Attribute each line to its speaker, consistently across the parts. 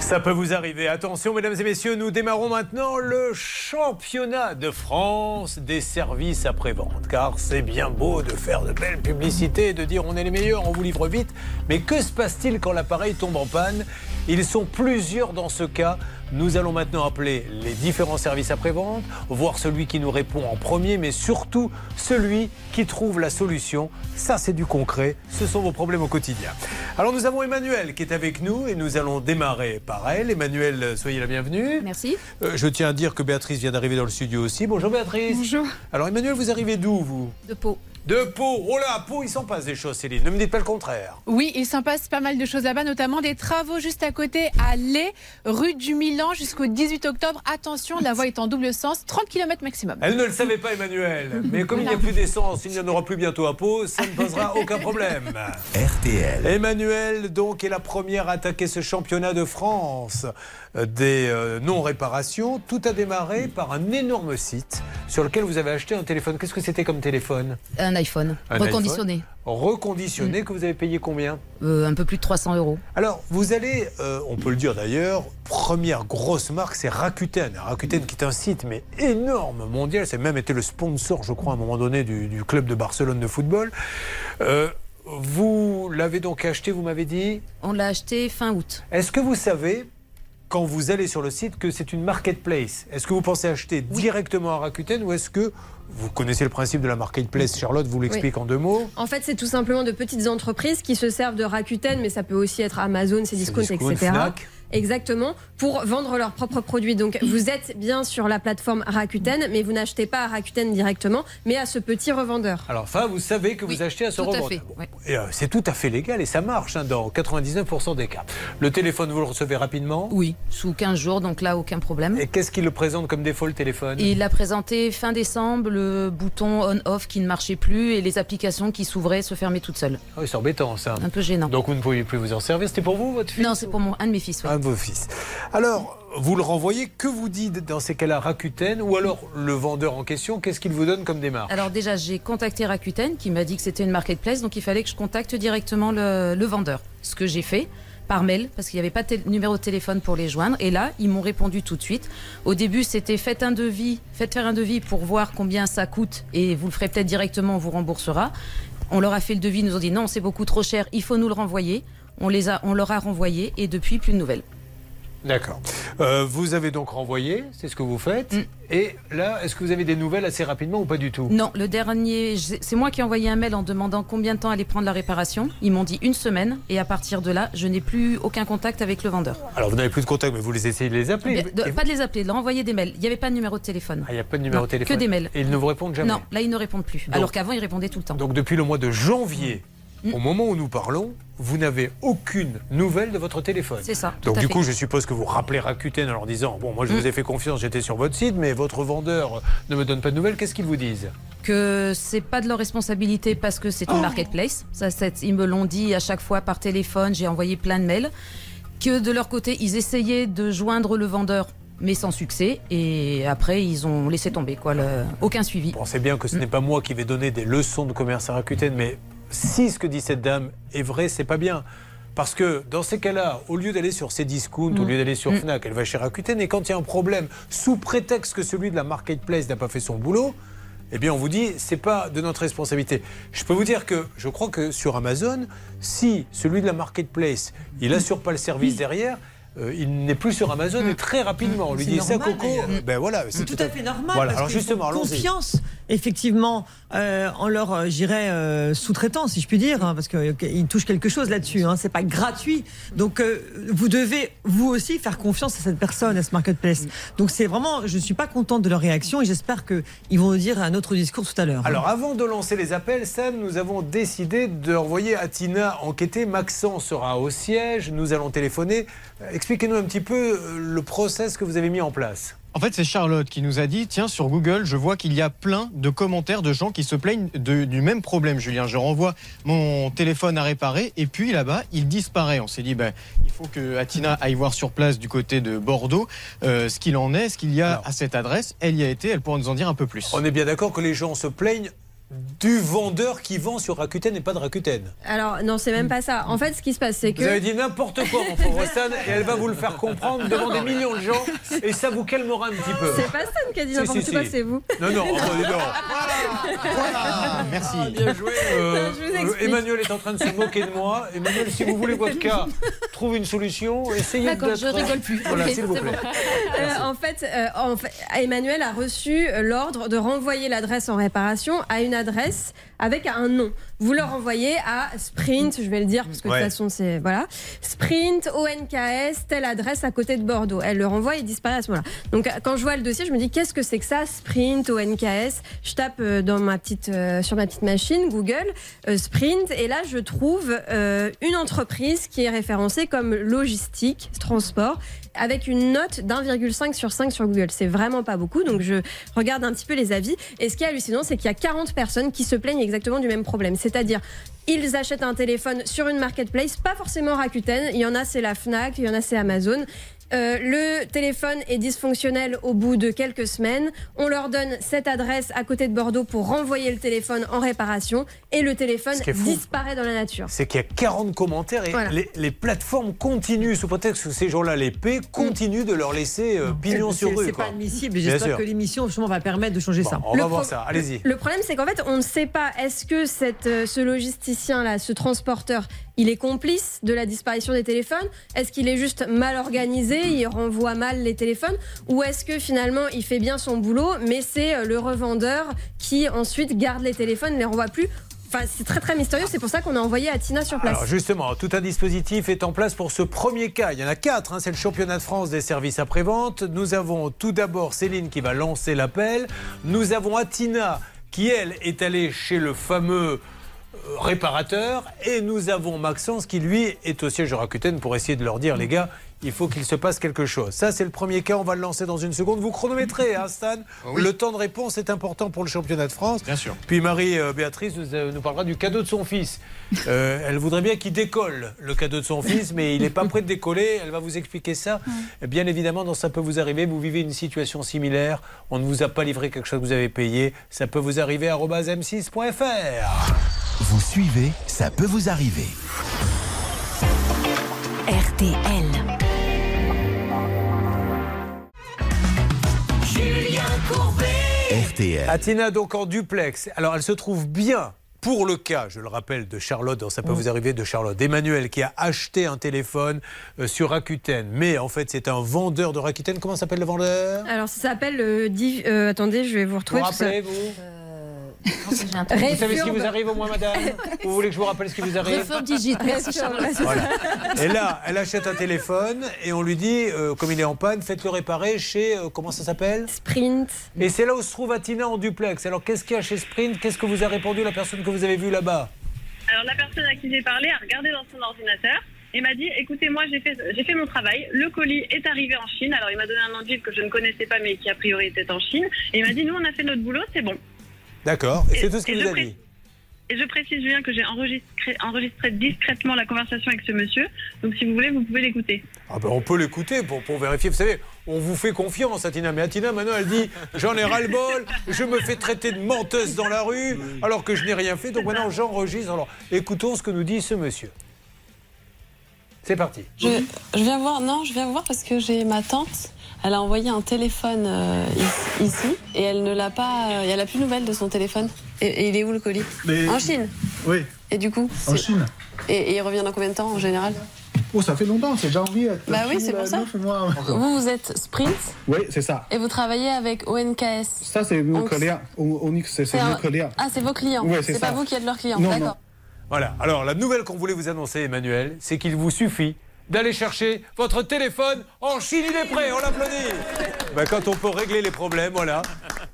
Speaker 1: Ça peut vous arriver. Attention, mesdames et messieurs, nous démarrons maintenant le championnat de France des services après-vente. Car c'est bien beau de faire de belles publicités, de dire on est les meilleurs, on vous livre vite. Mais que se passe-t-il quand l'appareil tombe en panne Ils sont plusieurs dans ce cas. Nous allons maintenant appeler les différents services après-vente, voir celui qui nous répond en premier, mais surtout celui qui trouve la solution. Ça, c'est du concret. Ce sont vos problèmes au quotidien. Alors, nous avons Emmanuel qui est avec nous et nous allons démarrer par elle. Emmanuel, soyez la bienvenue.
Speaker 2: Merci.
Speaker 1: Euh, je tiens à dire que Béatrice vient d'arriver dans le studio aussi. Bonjour Béatrice.
Speaker 2: Bonjour.
Speaker 1: Alors, Emmanuel, vous arrivez d'où, vous
Speaker 2: De Pau.
Speaker 1: De Pau. Oh là, à Pau, il s'en passe des choses, Céline. Ne me dites pas le contraire.
Speaker 2: Oui, il s'en passe pas mal de choses là-bas, notamment des travaux juste à côté à Lé, rue du Milan jusqu'au 18 octobre. Attention, la voie est en double sens, 30 km maximum.
Speaker 1: Elle ne le savait pas, Emmanuel. Mais comme il n'y a plus d'essence, il n'y en aura plus bientôt à Pau, ça ne posera aucun problème.
Speaker 3: RTL.
Speaker 1: Emmanuel, donc, est la première à attaquer ce championnat de France euh, des euh, non-réparations. Tout a démarré par un énorme site sur lequel vous avez acheté un téléphone. Qu'est-ce que c'était comme téléphone
Speaker 4: Un iPhone
Speaker 1: Un
Speaker 4: reconditionné,
Speaker 1: Reconditionné, que vous avez payé combien
Speaker 4: Euh, un peu plus de 300 euros.
Speaker 1: Alors, vous allez, euh, on peut le dire d'ailleurs, première grosse marque, c'est Rakuten. Rakuten qui est un site, mais énorme, mondial. C'est même été le sponsor, je crois, à un moment donné, du, du club de Barcelone de football. Euh, vous l'avez donc acheté, vous m'avez dit.
Speaker 4: On l'a acheté fin août.
Speaker 1: Est-ce que vous savez, quand vous allez sur le site, que c'est une marketplace Est-ce que vous pensez acheter directement à Rakuten ou est-ce que vous connaissez le principe de la marketplace Charlotte vous l'explique en deux mots.
Speaker 5: En fait, c'est tout simplement de petites entreprises qui se servent de Rakuten, mais ça peut aussi être Amazon, Cdiscount,
Speaker 1: Cdiscount,
Speaker 5: etc.
Speaker 1: Fnac.
Speaker 5: Exactement, pour vendre leurs propres produits. Donc, vous êtes bien sur la plateforme Rakuten, mais vous n'achetez pas à Rakuten directement, mais à ce petit revendeur.
Speaker 1: Alors, enfin, vous savez que vous
Speaker 4: Oui,
Speaker 1: achetez à ce
Speaker 4: tout à
Speaker 1: revendeur.
Speaker 4: fait,
Speaker 1: Bon,
Speaker 4: ouais.
Speaker 1: et, euh, c'est tout à fait légal et ça marche hein, dans 99% des cas. Le téléphone, vous le recevez rapidement.
Speaker 4: Oui, sous 15 jours, donc là, aucun problème.
Speaker 1: Et qu'est-ce qui le présente comme défaut, le téléphone
Speaker 4: Et il a présenté fin décembre le bouton on-off qui ne marchait plus et les applications qui s'ouvraient se fermaient toutes seules.
Speaker 1: Ah oui, C'est embêtant, ça.
Speaker 4: Un peu gênant.
Speaker 1: Donc, vous ne pouviez plus vous en servir. C'était pour vous, votre fils
Speaker 4: Non, c'est pour mon, un de mes fils. ouais.
Speaker 1: Un de vos fils. Alors, vous le renvoyez, que vous dit dans ces cas-là Rakuten ou alors le vendeur en question, qu'est-ce qu'il vous donne comme démarche
Speaker 4: Alors déjà, j'ai contacté Rakuten qui m'a dit que c'était une marketplace, donc il fallait que je contacte directement le, le vendeur. Ce que j'ai fait par mail, parce qu'il n'y avait pas de tél- numéro de téléphone pour les joindre. Et là, ils m'ont répondu tout de suite. Au début, c'était faites un devis, faites faire un devis pour voir combien ça coûte et vous le ferez peut-être directement, on vous remboursera. On leur a fait le devis, ils nous ont dit non, c'est beaucoup trop cher, il faut nous le renvoyer. On, les a, on leur a renvoyé et depuis, plus de nouvelles.
Speaker 1: D'accord. Euh, vous avez donc renvoyé, c'est ce que vous faites. Et là, est-ce que vous avez des nouvelles assez rapidement ou pas du tout
Speaker 4: Mm. Non, le dernier, j'ai- c'est moi qui ai envoyé un mail en demandant combien de temps allait prendre la réparation. Ils m'ont dit une semaine et à partir de là, je n'ai plus aucun contact avec le vendeur.
Speaker 1: Alors, vous n'avez plus de contact, mais vous les essayez de les appeler.
Speaker 4: De-
Speaker 1: Et vous-
Speaker 4: pas de les appeler, de leur envoyer des mails. Il n'y avait pas de numéro de téléphone.
Speaker 1: Ah, il n'y a pas de numéro
Speaker 4: Non,
Speaker 1: de téléphone.
Speaker 4: que des mails.
Speaker 1: Et ils ne vous répondent jamais.
Speaker 4: Non, là ils ne répondent plus. Alors qu'avant ils répondaient tout le temps.
Speaker 1: Donc depuis le mois de janvier,
Speaker 4: Mm.
Speaker 1: au moment où nous parlons, vous n'avez aucune nouvelle de votre téléphone.
Speaker 4: C'est ça, tout
Speaker 1: Donc
Speaker 4: à
Speaker 1: du
Speaker 4: fait. Mm.
Speaker 1: coup, je suppose que vous rappelez Rakuten en leur disant bon, moi je vous ai fait confiance, j'étais sur votre site, mais votre vendeur ne me donne pas de nouvelles. Qu'est-ce qu'ils vous disent
Speaker 4: que c'est pas de leur responsabilité parce que
Speaker 1: Oh
Speaker 4: c'est une marketplace. Ça, c'est- ils me l'ont dit à chaque fois par téléphone. J'ai envoyé plein de mails. Que de leur côté, ils essayaient de joindre le vendeur, mais sans succès. Et après, ils ont laissé tomber quoi. le- Aucun suivi.
Speaker 1: Bon, c'est bien que ce
Speaker 6: Mm.
Speaker 1: n'est pas moi qui vais donner des leçons de commerce à Rakuten, mais si ce que dit cette dame est vrai, c'est pas bien. Parce que dans ces cas-là, au lieu d'aller sur Cdiscount,
Speaker 6: Mm.
Speaker 1: au lieu d'aller sur Fnac, elle va chez Rakuten. Et quand il y a un problème, sous prétexte que celui de la marketplace n'a pas fait son boulot, eh bien on vous dit c'est pas de notre responsabilité. Je peux vous dire que je crois que sur Amazon, si celui de la marketplace
Speaker 6: Mm.
Speaker 1: il assure pas le service derrière, euh, il n'est plus sur Amazon et très rapidement on lui
Speaker 6: C'est
Speaker 1: dit ça
Speaker 6: normal,
Speaker 1: Coco,
Speaker 6: d'ailleurs. Mm.
Speaker 1: ben voilà, c'est
Speaker 6: tout à fait normal.
Speaker 1: Voilà,
Speaker 6: parce
Speaker 1: alors
Speaker 6: qu'ils
Speaker 1: justement,
Speaker 6: font
Speaker 1: allons-y.
Speaker 6: confiance, effectivement, euh, en leur, euh, j'irais, euh, sous-traitant, si je puis dire, hein, parce qu'ils touchent quelque chose là-dessus. Hein, c'est pas gratuit. Donc, euh, vous devez, vous aussi, faire confiance à cette personne, à ce marketplace. Donc, c'est vraiment, je suis pas contente de leur réaction et j'espère qu'ils vont nous dire un autre discours tout à l'heure. hein.
Speaker 1: Alors avant de lancer les appels, Sam, nous avons décidé d'envoyer Atina enquêter. Maxence sera au siège, nous allons téléphoner. Euh, Expliquez-nous un petit peu euh, le process que vous avez mis en place.
Speaker 7: En fait, c'est Charlotte qui nous a dit tiens, sur Google, je vois qu'il y a plein de commentaires de gens qui se plaignent de- du même problème, Julien. Je renvoie mon téléphone à réparer et puis là-bas, il disparaît. On s'est dit ben, il faut que Atina aille voir sur place du côté de Bordeaux euh, ce qu'il en est, ce qu'il y a
Speaker 1: Alors.
Speaker 7: à cette adresse. Elle y a été, elle pourra nous en dire un peu plus.
Speaker 1: On est bien d'accord que les gens se plaignent du vendeur qui vend sur Rakuten et pas de Rakuten.
Speaker 5: Alors, non, c'est même pas ça. En fait, ce qui se passe, c'est que.
Speaker 1: Vous avez dit n'importe quoi, mon pauvre Stan, et elle va vous le faire comprendre devant des millions de gens, et ça vous calmera un petit peu.
Speaker 5: C'est pas Stan qui a dit
Speaker 1: euh, Si,
Speaker 5: n'importe
Speaker 1: si,
Speaker 5: quoi,
Speaker 1: si.
Speaker 5: c'est vous.
Speaker 1: Non, non, oh, bah, non.
Speaker 7: Voilà, merci.
Speaker 1: Ah, bien joué. euh,
Speaker 5: Je vous explique.
Speaker 1: euh, Emmanuel est en train de se moquer de moi. Emmanuel, si vous voulez votre cas, trouve une solution. Essayez de
Speaker 4: D'accord, je
Speaker 1: la-
Speaker 4: rigole plus.
Speaker 1: Voilà,
Speaker 4: Ok,
Speaker 1: s'il vous
Speaker 4: c'est
Speaker 1: plaît.
Speaker 5: Euh, en, fait, euh, en fait, Emmanuel a reçu euh, l'ordre de renvoyer l'adresse en réparation à une adresse avec un nom. Vous le renvoyez à Sprint, je vais le dire, parce que
Speaker 1: Ouais.
Speaker 5: de toute façon, c'est. Voilà. Sprint, ONKS, telle adresse à côté de Bordeaux. Elle le renvoie et disparaît à ce moment-là. Donc, euh, quand je vois le dossier, je me dis, qu'est-ce que c'est que ça Sprint, ONKS. Je tape euh, dans ma petite, euh, sur ma petite machine, Google, euh, Sprint, et là, je trouve euh, une entreprise qui est référencée comme logistique, transport, avec une note d'1,5 sur 5 sur Google. C'est vraiment pas beaucoup, donc je regarde un petit peu les avis. Et ce qui est hallucinant, c'est qu'il y a 40 personnes qui se plaignent exactement du même problème. C'est-à-dire, ils achètent un téléphone sur une marketplace, pas forcément Rakuten. Il y en a, c'est la Fnac, il y en a, c'est Amazon. Euh, le téléphone est dysfonctionnel au bout de quelques semaines. On leur donne cette adresse à côté de Bordeaux pour renvoyer le téléphone en réparation et le téléphone
Speaker 1: Ce qui est fou.
Speaker 5: disparaît dans la nature.
Speaker 1: C'est qu'il y a 40 commentaires et
Speaker 5: Voilà.
Speaker 1: les, les plateformes continuent, sous prétexte que ces gens-là, les paient, continuent de leur laisser euh, pignon
Speaker 6: C'est-
Speaker 1: sur rue.
Speaker 6: C'est
Speaker 1: quoi.
Speaker 6: pas admissible. et
Speaker 1: Bien
Speaker 6: J'espère
Speaker 1: sûr.
Speaker 6: que l'émission justement va permettre de changer
Speaker 1: Bon,
Speaker 6: ça.
Speaker 1: on va
Speaker 5: Le
Speaker 1: voir
Speaker 5: pro-
Speaker 1: ça. Allez-y.
Speaker 5: Le problème, c'est qu'en fait, on ne sait pas. Est-ce que cette, euh, ce logisticien-là, ce transporteur, il est complice de la disparition des téléphones Est-ce qu'il est juste mal organisé Il renvoie mal les téléphones Ou est-ce que finalement, il fait bien son boulot, mais c'est euh, le revendeur qui ensuite garde les téléphones, ne les renvoie plus Enfin, c'est très très mystérieux. C'est pour ça qu'on a envoyé Atina sur place.
Speaker 1: Alors justement, tout un dispositif est en place pour ce premier cas. Il y en a quatre, hein, c'est le championnat de France des services après-vente. Nous avons tout d'abord Céline qui va lancer l'appel. Nous avons Atina qui, elle, est allée chez le fameux euh, réparateur. Et nous avons Maxence qui, lui, est au siège de Rakuten pour essayer de leur dire, les gars, il faut qu'il se passe quelque chose. Ça, c'est le premier cas. On va le lancer dans une seconde. Vous chronométrez, hein, Stan.
Speaker 7: oui.
Speaker 1: Le temps de réponse est important pour le championnat de France.
Speaker 7: Bien sûr.
Speaker 1: Puis Marie-Béatrice nous, euh, nous parlera du cadeau de son fils. Euh, elle voudrait bien qu'il décolle le cadeau de son fils, mais il n'est pas prêt de décoller. Elle va vous expliquer ça. Bien évidemment, dans Ça peut vous arriver, vous vivez une situation similaire. On ne vous a pas livré quelque chose que vous avez payé. Ça peut vous arriver arobase m6.fr.
Speaker 3: Vous suivez, ça peut vous arriver.
Speaker 8: RTL.
Speaker 3: RTL.
Speaker 1: Athena, donc en duplex. Alors, elle se trouve bien. Pour le cas, je le rappelle, de Charlotte, dans ça peut vous arriver, de Charlotte, Emmanuel qui a acheté un téléphone euh, sur Rakuten, mais en fait c'est un vendeur de Rakuten. Comment s'appelle le vendeur
Speaker 5: Alors, ça s'appelle. euh, div- euh, attendez, je vais vous
Speaker 1: Vous
Speaker 5: retrouver.
Speaker 1: vous
Speaker 5: parce que-
Speaker 1: rappelez, vous
Speaker 5: Ré-
Speaker 1: Vous savez ce qui
Speaker 5: Réfurbe.
Speaker 1: vous arrive au moins, madame Vous voulez que je vous rappelle ce qui vous arrive
Speaker 4: Réforme digite, merci Charlotte.
Speaker 1: Voilà. Et là, elle achète un téléphone et on lui dit, euh, comme il est en panne, faites-le réparer chez, euh, comment ça s'appelle
Speaker 5: Sprint.
Speaker 1: Et c'est là où se trouve Atina en duplex. Alors qu'est-ce qu'il y a chez Sprint Qu'est-ce que vous a répondu la personne que vous avez vue là-bas
Speaker 9: Alors la personne à qui j'ai parlé a regardé dans son ordinateur et m'a dit écoutez moi j'ai fait j'ai fait mon travail, le colis est arrivé en Chine. Alors il m'a donné un nom de ville que je ne connaissais pas mais qui a priori était en Chine et il m'a dit nous on a fait notre boulot, c'est bon.
Speaker 1: D'accord. Et c'est
Speaker 9: Et-
Speaker 1: tout ce
Speaker 9: et
Speaker 1: qu'il
Speaker 9: je
Speaker 1: vous a
Speaker 9: pré-
Speaker 1: dit.
Speaker 9: Et je précise Julien que j'ai enregistré, enregistré discrètement la conversation avec ce monsieur. Donc si vous voulez, vous pouvez l'écouter.
Speaker 1: Ah ben, on peut l'écouter pour, pour vérifier. Vous savez, on vous fait confiance, Atina. Mais Atina, maintenant, elle dit J'en ai ras-le-bol, je me fais traiter de menteuse dans la rue, alors que je n'ai rien fait. Donc maintenant, j'enregistre. Alors, écoutons ce que nous dit ce monsieur. C'est parti.
Speaker 10: Je, je viens voir, non, je viens voir parce que j'ai ma tante. Elle a envoyé un téléphone euh, ici- ici et elle ne l'a pas. euh, elle a plus de nouvelles de son téléphone. Et, et il est où le colis
Speaker 11: Mais-
Speaker 10: En Chine.
Speaker 11: Oui,
Speaker 10: Et du coup
Speaker 11: en
Speaker 10: c'est-
Speaker 11: Chine.
Speaker 10: et, et il revient dans combien de temps en général
Speaker 11: Oh, ça fait longtemps, c'est janvier.
Speaker 10: Bah oui, c'est pour ça. Vous, vous êtes Sprint
Speaker 11: Oui, c'est ça.
Speaker 10: et vous travaillez avec ONKS.
Speaker 11: Ça, c'est nos
Speaker 10: Donc,
Speaker 11: clients. O- Onyx, c'est c'est
Speaker 10: un-
Speaker 11: nos clients.
Speaker 10: Ah, c'est vos clients.
Speaker 11: Ouais, c'est
Speaker 10: c'est pas
Speaker 11: ça.
Speaker 10: vous qui êtes leurs clients.
Speaker 11: Non,
Speaker 10: D'accord.
Speaker 1: Voilà. Alors, la nouvelle qu'on voulait vous annoncer, Emmanuel, c'est qu'il vous suffit d'aller chercher votre téléphone en Chine, il est prêt. On l'applaudit. Ben, quand on peut régler les problèmes, voilà.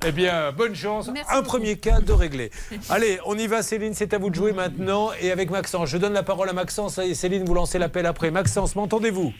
Speaker 1: Eh bien, bonne chance. Un premier cas de régler. Allez, on y va, Céline. C'est à vous de jouer maintenant. Et avec Maxence, je donne la parole à Maxence. Et Céline, vous lancez l'appel après. Maxence, m'entendez-vous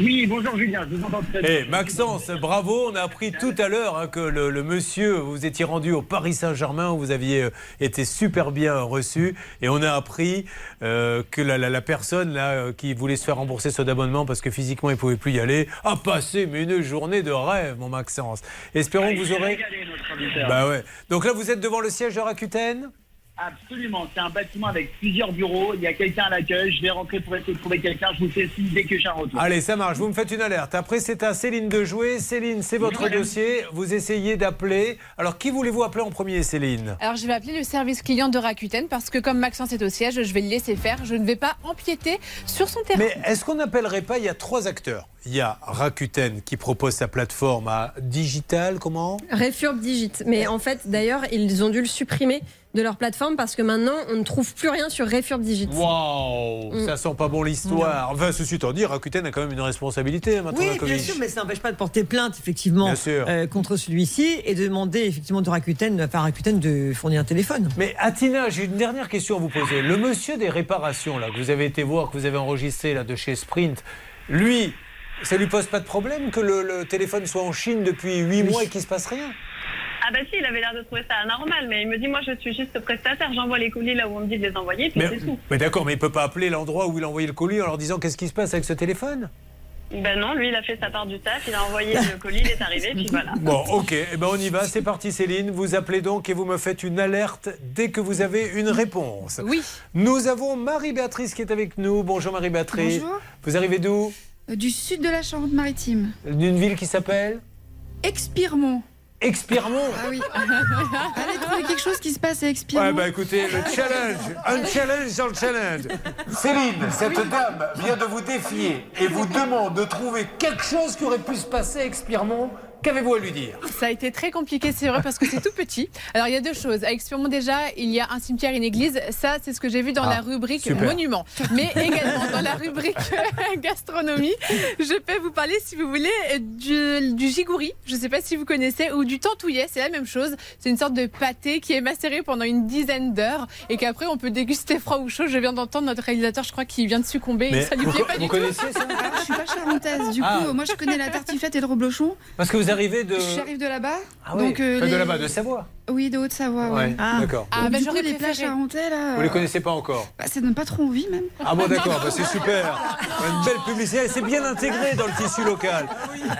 Speaker 8: Oui, bonjour Julien, je vous entends très bien.
Speaker 1: Eh, Maxence, bravo. On a appris tout à l'heure hein, que le, le monsieur, vous vous étiez rendu au Paris Saint-Germain, où vous aviez euh, été super bien reçu. Et on a appris euh, que la, la- la personne là, euh, qui voulait se faire rembourser son abonnement parce que physiquement, il ne pouvait plus y aller, a passé mais une journée de rêve, mon Maxence. Espérons
Speaker 8: Ah,
Speaker 1: que
Speaker 8: il
Speaker 1: vous
Speaker 8: s'est
Speaker 1: aurez.
Speaker 8: régalé, notre auditeur.
Speaker 1: Bah ouais. Donc là, vous êtes devant le siège de Rakuten
Speaker 8: Absolument, c'est un bâtiment avec plusieurs bureaux, il y a quelqu'un à l'accueil, je vais rentrer pour essayer de trouver quelqu'un, je vous fais signe dès que j'ai un retour.
Speaker 1: Allez, ça marche. Vous me faites une alerte. Après, c'est à Céline de jouer. Céline, c'est votre dossier. Vous essayez d'appeler. Alors, qui voulez-vous appeler en premier, Céline
Speaker 2: Alors je vais appeler le service client de Rakuten parce que comme Maxence est au siège, je vais le laisser faire. Je ne vais pas empiéter sur son terrain.
Speaker 1: Mais est-ce qu'on n'appellerait pas Il y a trois acteurs. Il y a Rakuten qui propose sa plateforme à digital. Comment
Speaker 5: Refurb Digit. Mais en fait, d'ailleurs, ils ont dû le supprimer de leur plateforme parce que maintenant, on ne trouve plus rien sur Refurb Digit.
Speaker 1: Waouh
Speaker 5: Mm.
Speaker 1: Ça sent pas bon l'histoire. Enfin, ceci étant dit, Rakuten a quand même une responsabilité hein, maintenant.
Speaker 6: Oui,
Speaker 1: la
Speaker 6: bien
Speaker 1: Covid.
Speaker 6: sûr, mais ça n'empêche pas de porter plainte, effectivement,
Speaker 1: Bien sûr.
Speaker 6: euh, contre celui-ci et de demander, effectivement, de Rakuten, enfin, Rakuten de fournir un téléphone.
Speaker 1: Mais Atina, j'ai une dernière question à vous poser. Le monsieur des réparations là que vous avez été voir, que vous avez enregistré là de chez Sprint, lui, ça lui pose pas de problème que le, le téléphone soit en Chine depuis 8 mois et qu'il se passe rien
Speaker 9: Ah bah si, il avait l'air de trouver ça anormal, mais il me dit moi je suis juste prestataire, j'envoie les colis là où on me dit de les envoyer, puis
Speaker 1: Mais,
Speaker 9: c'est tout.
Speaker 1: mais d'accord, mais il peut pas appeler l'endroit où il a envoyé le colis en leur disant qu'est-ce qui se passe avec ce téléphone
Speaker 9: Ben non, lui il a fait sa part du taf, il a envoyé le colis, il est arrivé, puis voilà.
Speaker 1: Bon, ok, eh ben on y va, c'est parti Céline, vous appelez donc et vous me faites une alerte dès que vous avez une réponse.
Speaker 2: Oui.
Speaker 1: Nous avons Marie-Béatrice qui est avec nous. Bonjour Marie-Béatrice.
Speaker 12: Bonjour.
Speaker 1: Vous arrivez d'où
Speaker 12: Euh, Du sud de la Charente-Maritime.
Speaker 1: D'une ville qui s'appelle
Speaker 12: Expiremont.
Speaker 1: Expiremont
Speaker 12: Ah oui. Allez trouver quelque chose qui se passe à Expiremont.
Speaker 1: Ouais, bah écoutez, le challenge, un challenge dans le challenge. Céline, cette dame vient de vous défier et vous demande de trouver quelque chose qui aurait pu se passer à Expiremont. Qu'avez-vous à lui dire
Speaker 2: Ça a été très compliqué, c'est vrai, parce que c'est tout petit. Alors, il y a deux choses. À Expiremont, déjà, il y a un cimetière, une église. Ça, c'est ce que j'ai vu dans
Speaker 1: Ah,
Speaker 2: la rubrique
Speaker 1: super.
Speaker 2: monument. Mais également dans la rubrique gastronomie, je peux vous parler, si vous voulez, du, du gigouri. Je ne sais pas si vous connaissez, ou du tantouillet. C'est la même chose. C'est une sorte de pâté qui est macéré pendant une dizaine d'heures et qu'après, on peut déguster froid ou chaud. Je viens d'entendre notre réalisateur, je crois, qui vient de succomber.
Speaker 1: Mais
Speaker 2: ça lui
Speaker 1: vous-
Speaker 2: plaît pas
Speaker 1: vous
Speaker 2: du tout.
Speaker 1: connaissiez ça
Speaker 12: Alors, je suis pas charentaise, du coup,
Speaker 1: Ah.
Speaker 12: euh, moi je connais la tartiflette et le reblochon.
Speaker 1: Parce que vous arrivez de.
Speaker 12: J'arrive de là-bas.
Speaker 1: Ah oui,
Speaker 12: donc, euh,
Speaker 1: enfin, de
Speaker 12: les-
Speaker 1: là-bas, de Savoie.
Speaker 12: Oui, de Haute-Savoie.
Speaker 1: Ouais, d'accord.
Speaker 12: Ah,
Speaker 2: Ah, bah,
Speaker 12: du coup,
Speaker 2: j'aurais
Speaker 12: les plats
Speaker 2: préféré.
Speaker 12: charentais, là.
Speaker 1: Vous les
Speaker 12: euh,
Speaker 1: connaissez pas encore
Speaker 12: bah, ça donne pas trop envie, même.
Speaker 1: Ah bon d'accord, bah, c'est super. Une belle publicité, elle s'est bien intégrée dans le tissu local.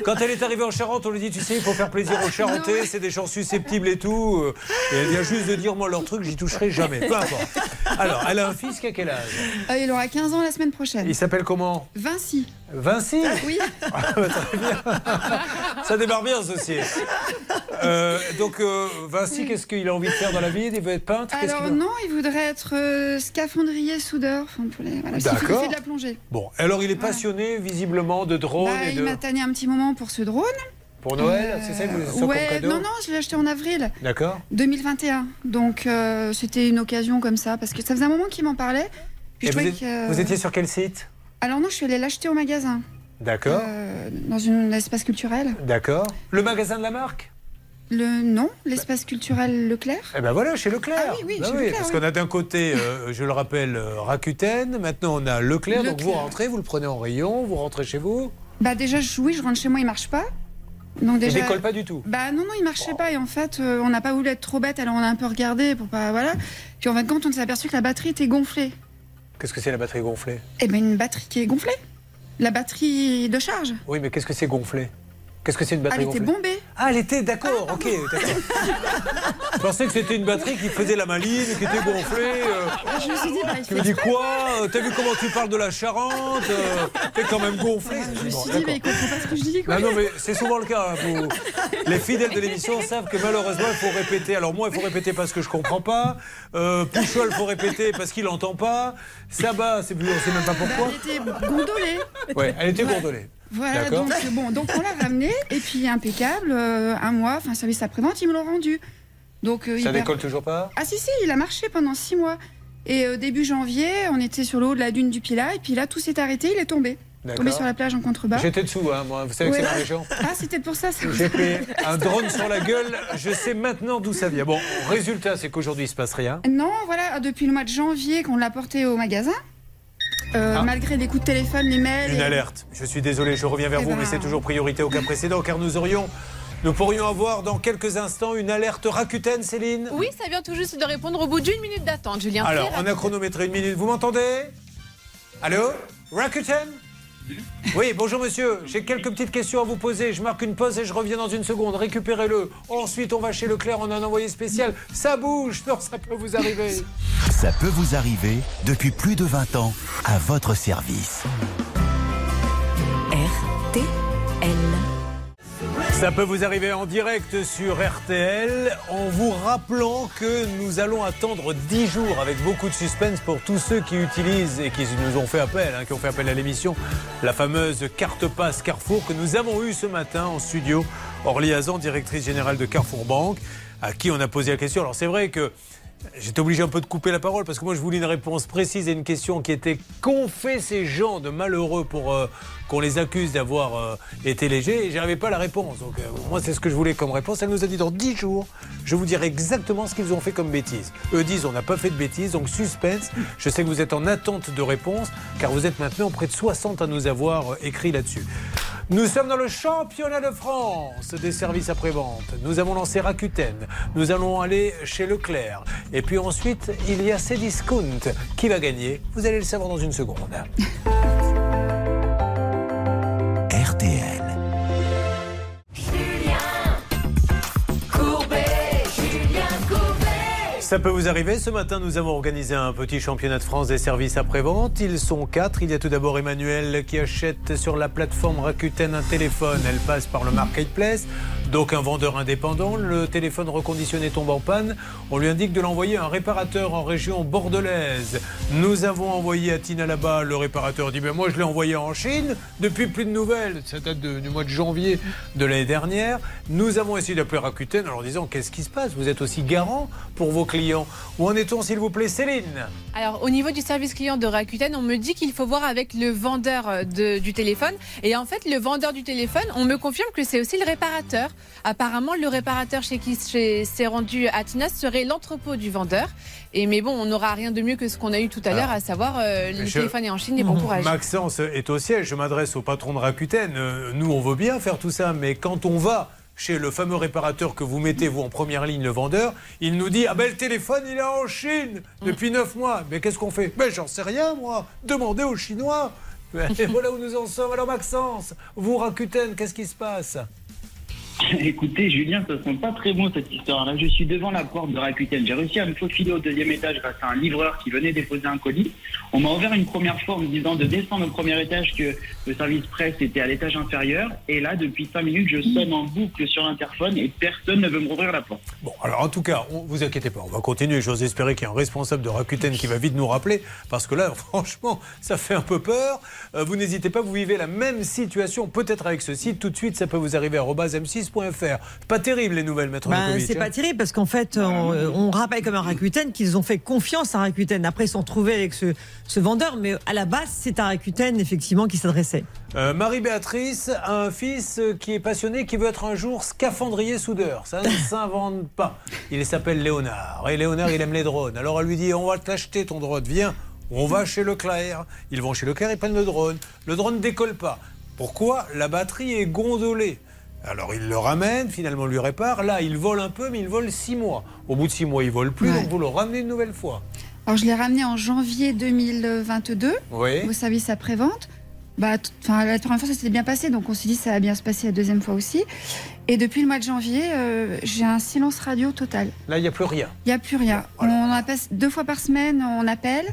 Speaker 1: Quand elle est arrivée en Charente, on lui dit, tu sais, il faut faire plaisir aux Charentais, c'est des gens susceptibles et tout. Euh, Et elle vient juste de dire, moi, leur truc, j'y toucherai jamais. Peu importe. Alors, elle a un fils qui a quel âge
Speaker 12: Euh, il aura 15 ans la semaine prochaine.
Speaker 1: Il s'appelle comment
Speaker 12: Vinci.
Speaker 1: Vinci
Speaker 12: Oui.
Speaker 1: Ah, bah, Très bien. Ça démarre bien, ce dossier. Euh, donc, euh, Vinci, qu'est-ce qu'il a envie de faire dans la vie Il veut être peintre Qu'est-ce
Speaker 12: Alors
Speaker 1: qu'il veut
Speaker 12: non, il voudrait être euh, scaphandrier, soudeur. Enfin, pour les- voilà, parce qu'il fait- Il
Speaker 1: D'accord.
Speaker 12: fait de la plongée.
Speaker 1: Bon, alors il est passionné, visiblement, de drone
Speaker 12: Bah,
Speaker 1: et
Speaker 12: il
Speaker 1: de...
Speaker 12: m'a tanné un petit moment pour ce drone.
Speaker 1: Pour Noël, c'est ça que vous avez ça comme
Speaker 12: ouais,
Speaker 1: cadeau
Speaker 12: non, non, je l'ai acheté en avril.
Speaker 1: D'accord
Speaker 12: 2021. Donc euh, c'était une occasion comme ça, parce que ça faisait un moment qu'il m'en parlait. Puis
Speaker 1: Et
Speaker 12: je
Speaker 1: vous,
Speaker 12: trouvais
Speaker 1: êtes-
Speaker 12: que- euh,
Speaker 1: vous étiez sur quel site
Speaker 12: Alors non, je suis allée l'acheter au magasin,
Speaker 1: D'accord.
Speaker 12: euh, dans un espace culturel.
Speaker 1: D'accord. Le magasin de la marque
Speaker 12: Le nom, l'espace culturel Leclerc.
Speaker 1: Eh ben voilà, chez Leclerc.
Speaker 12: Ah oui, oui,
Speaker 1: Bah
Speaker 12: chez Leclerc,
Speaker 1: Parce
Speaker 12: oui.
Speaker 1: qu'on a d'un côté, euh, je le rappelle, euh, Rakuten. Maintenant, on a Leclerc. Donc vous
Speaker 12: Leclerc.
Speaker 1: rentrez, vous le prenez en rayon, vous rentrez chez vous.
Speaker 12: Bah déjà, je, oui, je rentre chez moi, il marche pas. Donc
Speaker 1: Il
Speaker 12: déjà.
Speaker 1: décolle pas du tout.
Speaker 12: Bah non, non, il marchait pas. Et en fait, euh, on n'a pas voulu être trop bête, alors on a un peu regardé pour pas. Voilà. Puis en fin de compte, on s'est aperçu que la batterie était gonflée.
Speaker 1: Qu'est-ce que c'est la batterie gonflée
Speaker 12: Eh ben, une batterie qui est gonflée. La batterie de charge.
Speaker 1: Oui, mais qu'est-ce que c'est gonflé Qu'est-ce que c'est une batterie
Speaker 12: Elle était
Speaker 1: gonflée
Speaker 12: bombée.
Speaker 1: Ah, elle était, d'accord, ok, d'accord. Je pensais que c'était une batterie qui faisait la maline, qui était gonflée. euh,
Speaker 12: Je me suis dit, bah, il fait
Speaker 1: Tu me dis
Speaker 12: exprès.
Speaker 1: quoi Euh, T'as vu comment tu parles de la Charente Euh, T'es quand même gonflé.
Speaker 12: Ah, Je me
Speaker 1: Bon,
Speaker 12: suis dit,
Speaker 1: d'accord.
Speaker 12: mais il comprend pas ce que je dis, quoi.
Speaker 1: Non, non, mais c'est souvent le cas. hein, vous- Les fidèles de l'émission savent que malheureusement, il faut répéter. Alors, moi, il faut répéter parce que je comprends pas. Euh, Pouchol, il faut répéter parce qu'il entend pas. Sabat, c'est plus- on sait même pas
Speaker 12: Bah,
Speaker 1: pourquoi.
Speaker 12: elle était gondolée.
Speaker 1: Ouais, elle était gondolée.
Speaker 12: Voilà,
Speaker 1: D'accord.
Speaker 12: donc euh, bon, donc on l'a ramenée et puis impeccable, euh, un mois, enfin service après-vente, ils me l'ont rendu. Donc euh,
Speaker 1: Ça
Speaker 12: hyper-
Speaker 1: décolle toujours pas
Speaker 12: Ah si si, il a marché pendant six mois. Et euh, début janvier, on était sur le haut de la dune du Pilat et puis là tout s'est arrêté, il est tombé, tombé sur
Speaker 1: D'accord.
Speaker 12: la plage en contrebas.
Speaker 1: J'étais dessous, hein, moi. Vous savez que c'est
Speaker 12: Ouais.
Speaker 1: pas méchant.
Speaker 12: Ah c'était pour ça. ça...
Speaker 1: J'ai fait un drone sur la gueule. Je sais maintenant d'où ça vient. Bon, résultat, c'est qu'aujourd'hui, il se passe rien.
Speaker 12: Non, voilà, depuis le mois de janvier qu'on l'a porté au magasin. Euh,
Speaker 1: Ah.
Speaker 12: Malgré les coups de téléphone, les mails.
Speaker 1: Une
Speaker 12: et-
Speaker 1: alerte. Je suis désolé, je reviens vers
Speaker 12: Eh
Speaker 1: vous, mais
Speaker 12: ben.
Speaker 1: c'est toujours priorité au cas précédent, car nous aurions, nous pourrions avoir dans quelques instants une alerte Rakuten, Céline.
Speaker 2: Oui, ça vient tout juste de répondre au bout d'une minute d'attente, Julien.
Speaker 1: Alors,
Speaker 2: Très
Speaker 1: on a chronométré une minute. Vous m'entendez Allô Rakuten Oui, bonjour monsieur. J'ai quelques petites questions à vous poser. Je marque une pause et je reviens dans une seconde. Récupérez-le. Ensuite, on va chez Leclerc. On a un envoyé spécial. Ça bouge. Non, ça peut vous arriver.
Speaker 3: Ça peut vous arriver depuis plus de 20 ans à votre service.
Speaker 1: Ça peut vous arriver en direct sur RTL en vous rappelant que nous allons attendre 10 jours avec beaucoup de suspense pour tous ceux qui utilisent et qui nous ont fait appel, hein, qui ont fait appel à l'émission, la fameuse carte passe Carrefour que nous avons eue ce matin en studio. Orly Hazan, directrice générale de Carrefour Banque, à qui on a posé la question. Alors c'est vrai que J'étais obligé un peu de couper la parole parce que moi je voulais une réponse précise à une question qui était qu'ont fait ces gens de malheureux pour euh, qu'on les accuse d'avoir euh, été légers et j'arrivais pas à la réponse. Donc euh, moi c'est ce que je voulais comme réponse. Elle nous a dit dans 10 jours, je vous dirai exactement ce qu'ils ont fait comme bêtise. Eux disent on n'a pas fait de bêtises, donc suspense. Je sais que vous êtes en attente de réponse car vous êtes maintenant près de 60 à nous avoir euh, écrit là-dessus. Nous sommes dans le championnat de France des services après-vente. Nous avons lancé Rakuten. Nous allons aller chez Leclerc. Et puis ensuite, il y a Cdiscount. Qui va gagner Vous allez le savoir dans une seconde.
Speaker 3: RTL.
Speaker 1: Ça peut vous arriver. Ce matin, nous avons organisé un petit championnat de France des services après-vente. Ils sont quatre. Il y a tout d'abord Emmanuel qui achète sur la plateforme Rakuten un téléphone. Elle passe par le marketplace. Donc un vendeur indépendant, le téléphone reconditionné tombe en panne. On lui indique de l'envoyer à un réparateur en région bordelaise. Nous avons envoyé à Tina là-bas. Le réparateur dit, ben moi je l'ai envoyé en Chine. Depuis plus de nouvelles. Ça date de- du mois de janvier de l'année dernière. Nous avons essayé d'appeler Rakuten en leur disant, qu'est-ce qui se passe Vous êtes aussi garant pour vos clients. Où en est-on, s'il vous plaît, Céline
Speaker 2: bien. Alors, au niveau du service client de Rakuten, on me dit qu'il faut voir avec le vendeur euh, de- du téléphone. Et en fait, le vendeur du téléphone, on me confirme que c'est aussi le réparateur. Apparemment, le réparateur chez qui chez- s'est rendu à Tinas serait l'entrepôt du vendeur. Et mais bon, on n'aura rien de mieux que ce qu'on a eu tout à l'heure, à savoir euh, le
Speaker 1: je-
Speaker 2: téléphone est en Chine et bon courage.
Speaker 1: Maxence est au siège. Je m'adresse au patron de Rakuten. Euh, Nous, on veut bien faire tout ça, mais quand on va chez le fameux réparateur que vous mettez, vous, en première ligne, le vendeur, il nous dit Ah ben, le téléphone, il est en Chine depuis neuf mois. Mais qu'est-ce qu'on fait Mais j'en sais rien, moi. Demandez aux Chinois. Et voilà où nous en sommes. Alors, Maxence, vous, Rakuten, qu'est-ce qui se passe
Speaker 8: Écoutez, Julien, ça sent pas très bon cette histoire-là. Je suis devant la porte de Rakuten. J'ai réussi à me faufiler au deuxième étage grâce à un livreur qui venait déposer un colis. On m'a ouvert une première fois en me disant de descendre au premier étage que le service presse était à l'étage inférieur. Et là, depuis cinq minutes, je sonne en boucle sur l'interphone et personne ne veut me rouvrir la porte.
Speaker 1: Bon, alors en tout cas, on, vous inquiétez pas, on va continuer. J'ose espérer qu'il y a un responsable de Rakuten qui va vite nous rappeler, parce que là, franchement, ça fait un peu peur. Euh, vous n'hésitez pas, vous vivez la même situation, peut-être avec ce site. Tout de suite, ça peut vous arriver à m6.fr. Pas terrible les nouvelles, maître
Speaker 6: Ben,
Speaker 1: Novakovic,
Speaker 6: c'est
Speaker 1: hein.
Speaker 6: pas terrible parce qu'en fait, on, on rappelle comme un Rakuten qu'ils ont fait confiance à Rakuten. Après, ils se sont retrouvés avec ce, ce vendeur, mais à la base, c'est un Rakuten effectivement qui s'adressait.
Speaker 1: Euh, Marie-Béatrice a un fils euh, qui est passionné, qui veut être un jour scaphandrier soudeur. Ça ne s'invente pas. Il s'appelle Léonard. Et Léonard, il aime les drones. Alors elle lui dit, on va t'acheter ton drone, viens. On va chez Leclerc. Ils vont chez Leclerc, ils prennent le drone. Le drone ne décolle pas. Pourquoi La batterie est gondolée. Alors il le ramène, finalement il lui répare. Là, il vole un peu, mais il vole six mois. Au bout de six mois, il vole plus, donc vous le ramenez une nouvelle fois.
Speaker 12: Alors, je l'ai ramené en janvier 2022
Speaker 1: Oui.
Speaker 12: au service après-vente. Bah, t- 'fin, la première fois, ça s'était bien passé, donc on s'est dit ça va bien se passer la deuxième fois aussi. Et depuis le mois de janvier, euh, j'ai un silence radio total.
Speaker 1: Là, il n'y a plus rien.
Speaker 12: Il n'y a plus rien. On appelle deux fois par semaine, on appelle.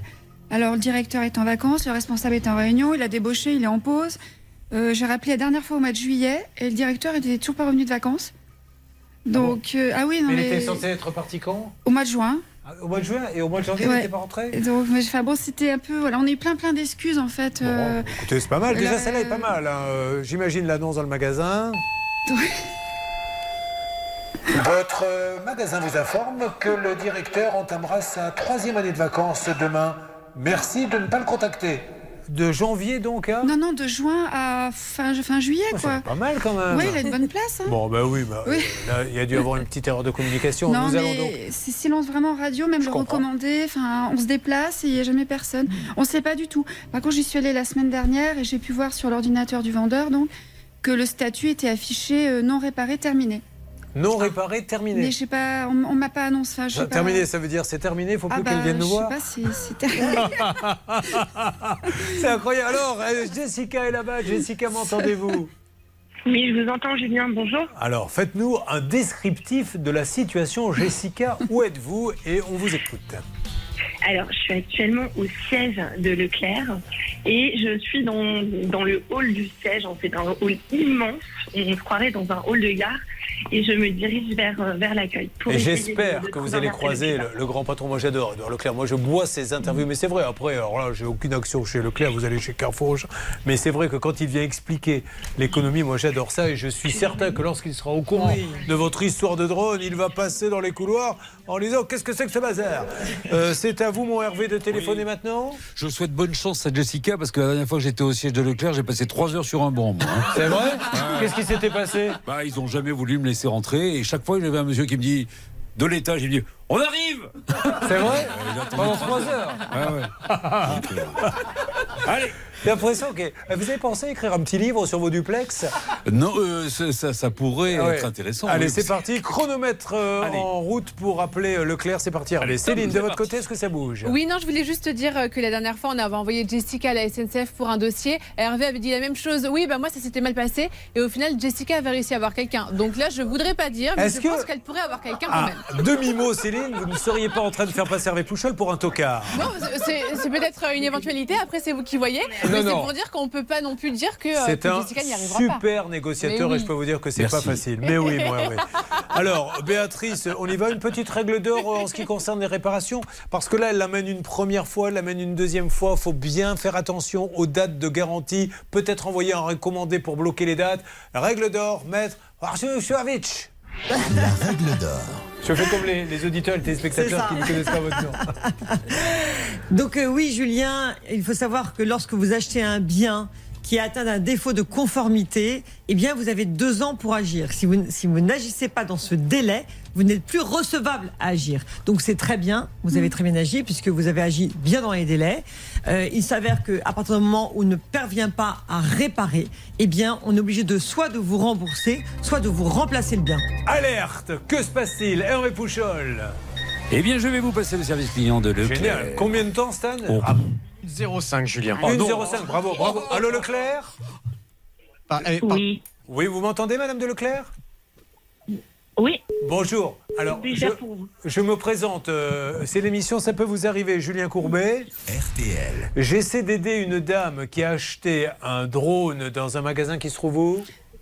Speaker 12: Alors le directeur est en vacances, le responsable est en réunion, il a débauché, il est en pause. Euh, J'ai rappelé la dernière fois au mois de juillet et le directeur était toujours pas revenu de vacances. Donc euh, ah oui non
Speaker 1: mais
Speaker 12: mais,
Speaker 1: il était censé être parti quand
Speaker 12: au mois de juin.
Speaker 1: Ah, Au mois de juin et au mois de janvier, il
Speaker 12: Ouais.
Speaker 1: n'était pas rentré
Speaker 12: Et Donc moi, j'ai fait, ah bon c'était un peu voilà on a eu plein plein d'excuses en fait. euh,
Speaker 1: Écoutez, c'est pas mal. Déjà,
Speaker 12: La-
Speaker 1: celle-là est pas mal. hein. Euh, J'imagine l'annonce dans le magasin. Votre euh, magasin vous informe que le directeur entamera sa troisième année de vacances demain. Merci de ne pas le contacter. de janvier donc à.
Speaker 12: Non, non, de juin à fin, fin juillet,
Speaker 1: Oh,
Speaker 12: quoi.
Speaker 1: c'est pas mal quand même.
Speaker 12: Oui, il a une bonne place. hein.
Speaker 1: Bon, ben oui, bah,
Speaker 12: Oui.
Speaker 1: euh, là, il y a dû avoir une petite erreur de communication.
Speaker 12: Non,
Speaker 1: Nous allons donc.
Speaker 12: mais c'est silence vraiment radio, même le recommander. Enfin, on se déplace et il n'y a jamais personne.
Speaker 2: Mm.
Speaker 12: On ne sait pas du tout. Par contre, j'y suis allée la semaine dernière et j'ai pu voir sur l'ordinateur du vendeur donc que le statut était affiché euh, non réparé, terminé.
Speaker 1: Non réparé, terminé.
Speaker 12: Mais je sais pas, on, on m'a pas annoncé. Enfin, je sais
Speaker 1: Ah,
Speaker 12: pas.
Speaker 1: Terminé, ça veut dire c'est terminé, il faut plus
Speaker 12: Ah
Speaker 1: qu'elle
Speaker 12: bah,
Speaker 1: vienne nous voir.
Speaker 12: Je sais pas si c'est terminé.
Speaker 1: C'est incroyable. Alors, euh, Jessica est là-bas. Jessica, m'entendez-vous
Speaker 9: Oui, je vous entends, Julien, bonjour.
Speaker 1: Alors, faites-nous un descriptif de la situation. Jessica, où êtes-vous Et on vous écoute.
Speaker 9: Alors, je suis actuellement au siège de Leclerc et je suis dans, dans le hall du siège. En fait, un hall immense. On se croirait dans un hall de gare et je me dirige vers, euh, vers l'accueil. pour
Speaker 1: Et
Speaker 9: essayer
Speaker 1: j'espère
Speaker 9: de- de
Speaker 1: que vous
Speaker 9: trouver
Speaker 1: allez
Speaker 9: un appel.
Speaker 1: croiser le, le grand patron. Moi, j'adore Edouard Leclerc. Moi, je bois ses interviews. Mais c'est vrai, après, alors là, j'ai aucune action chez Leclerc. Vous allez chez Carrefour. je- Mais c'est vrai que quand il vient expliquer l'économie, moi, j'adore ça. Et je suis certain que lorsqu'il sera au courant de votre histoire de drone, il va passer dans les couloirs en disant Qu'est-ce que c'est que ce bazar Euh, C'est à vous, mon Hervé, de téléphoner maintenant
Speaker 13: Je souhaite bonne chance à Jessica parce que la dernière fois que j'étais au siège de Leclerc, j'ai passé trois heures sur un banc. moi, hein.
Speaker 1: C'est vrai Qu'est-ce qui s'était passé
Speaker 13: bah, Ils n'ont jamais voulu me laisser rentrer et chaque fois, il y avait un monsieur qui me dit de l'étage, il me dit On arrive
Speaker 1: C'est vrai Pendant
Speaker 13: trois
Speaker 1: trois heures
Speaker 13: Ouais, ouais. euh,
Speaker 1: Allez J'ai l'impression que euh, vous avez pensé à écrire un petit livre sur vos duplex
Speaker 13: Non, euh, ça, ça- ça pourrait
Speaker 1: Ah ouais.
Speaker 13: être intéressant.
Speaker 1: Allez,
Speaker 13: oui,
Speaker 1: c'est
Speaker 13: parce-
Speaker 1: parti. Chronomètre euh, en route pour appeler euh, Leclerc. C'est parti. Allez, Céline, de votre côté, est-ce que ça bouge
Speaker 2: Oui, non, je voulais juste te dire euh, que la dernière fois, on avait envoyé Jessica à la SNCF pour un dossier. Hervé avait dit la même chose. Oui, bah moi, ça s'était mal passé. Et au final, Jessica avait réussi à avoir quelqu'un. Donc là, je voudrais pas dire, mais
Speaker 1: Est-ce
Speaker 2: je
Speaker 1: que-
Speaker 2: pense qu'elle pourrait avoir quelqu'un quand
Speaker 1: Ah,
Speaker 2: même.
Speaker 1: demi-mot, Céline, vous ne seriez pas en train de faire passer Hervé Pouchol pour un tocard.
Speaker 2: Non, c'est c'est peut-être une éventualité. Après, c'est vous qui voyez. mais c'est
Speaker 1: non.
Speaker 2: pour dire qu'on peut pas non plus dire que, euh,
Speaker 1: C'est
Speaker 2: que
Speaker 1: un
Speaker 2: Jessica n'y arrivera pas.
Speaker 1: super négociateur
Speaker 2: Mais
Speaker 1: et je peux vous dire que c'est
Speaker 13: Merci.
Speaker 1: pas facile. Mais oui, moi, oui. Alors, Béatrice, on y va. Une petite règle d'or euh, en ce qui concerne les réparations. Parce que là, elle l'amène une première fois, elle l'amène une deuxième fois. Il faut bien faire attention aux dates de garantie. Peut-être envoyer un recommandé pour bloquer les dates. Règle d'or, maître Arsunovic.
Speaker 3: La règle d'or.
Speaker 1: Je fais comme les, les auditeurs et les téléspectateurs
Speaker 6: C'est ça.
Speaker 1: qui ne connaissent pas votre nom.
Speaker 6: Donc euh, oui, Julien, il faut savoir que lorsque vous achetez un bien qui est atteint d'un défaut de conformité, eh bien vous avez deux ans pour agir. Si vous, si vous n'agissez pas dans ce délai, vous n'êtes plus recevable à agir. Donc c'est très bien, vous avez très bien agi puisque vous avez agi bien dans les délais. Euh, il s'avère qu'à partir du moment où on ne parvient pas à réparer, eh bien on est obligé de soit de vous rembourser, soit de vous remplacer le bien.
Speaker 1: Alerte Que se passe-t-il Hervé Pouchol
Speaker 13: Eh bien, je vais vous passer le service client de Leclerc.
Speaker 1: Génial. Combien de temps, Stan Ah,
Speaker 13: Oh.
Speaker 7: 0,5 Julien. Oh,
Speaker 1: Une 05, bravo, bravo. Allô Leclerc
Speaker 7: bah, eh,
Speaker 9: Oui.
Speaker 1: Oui, vous m'entendez, Madame de Leclerc
Speaker 9: Oui.
Speaker 1: Bonjour. Alors,
Speaker 9: Oui,
Speaker 1: je,
Speaker 9: ça pour vous.
Speaker 1: je me présente. euh, c'est l'émission Ça peut vous arriver, Julien Courbet.
Speaker 3: RTL.
Speaker 1: J'essaie d'aider une dame qui a acheté un drone dans un magasin qui se trouve où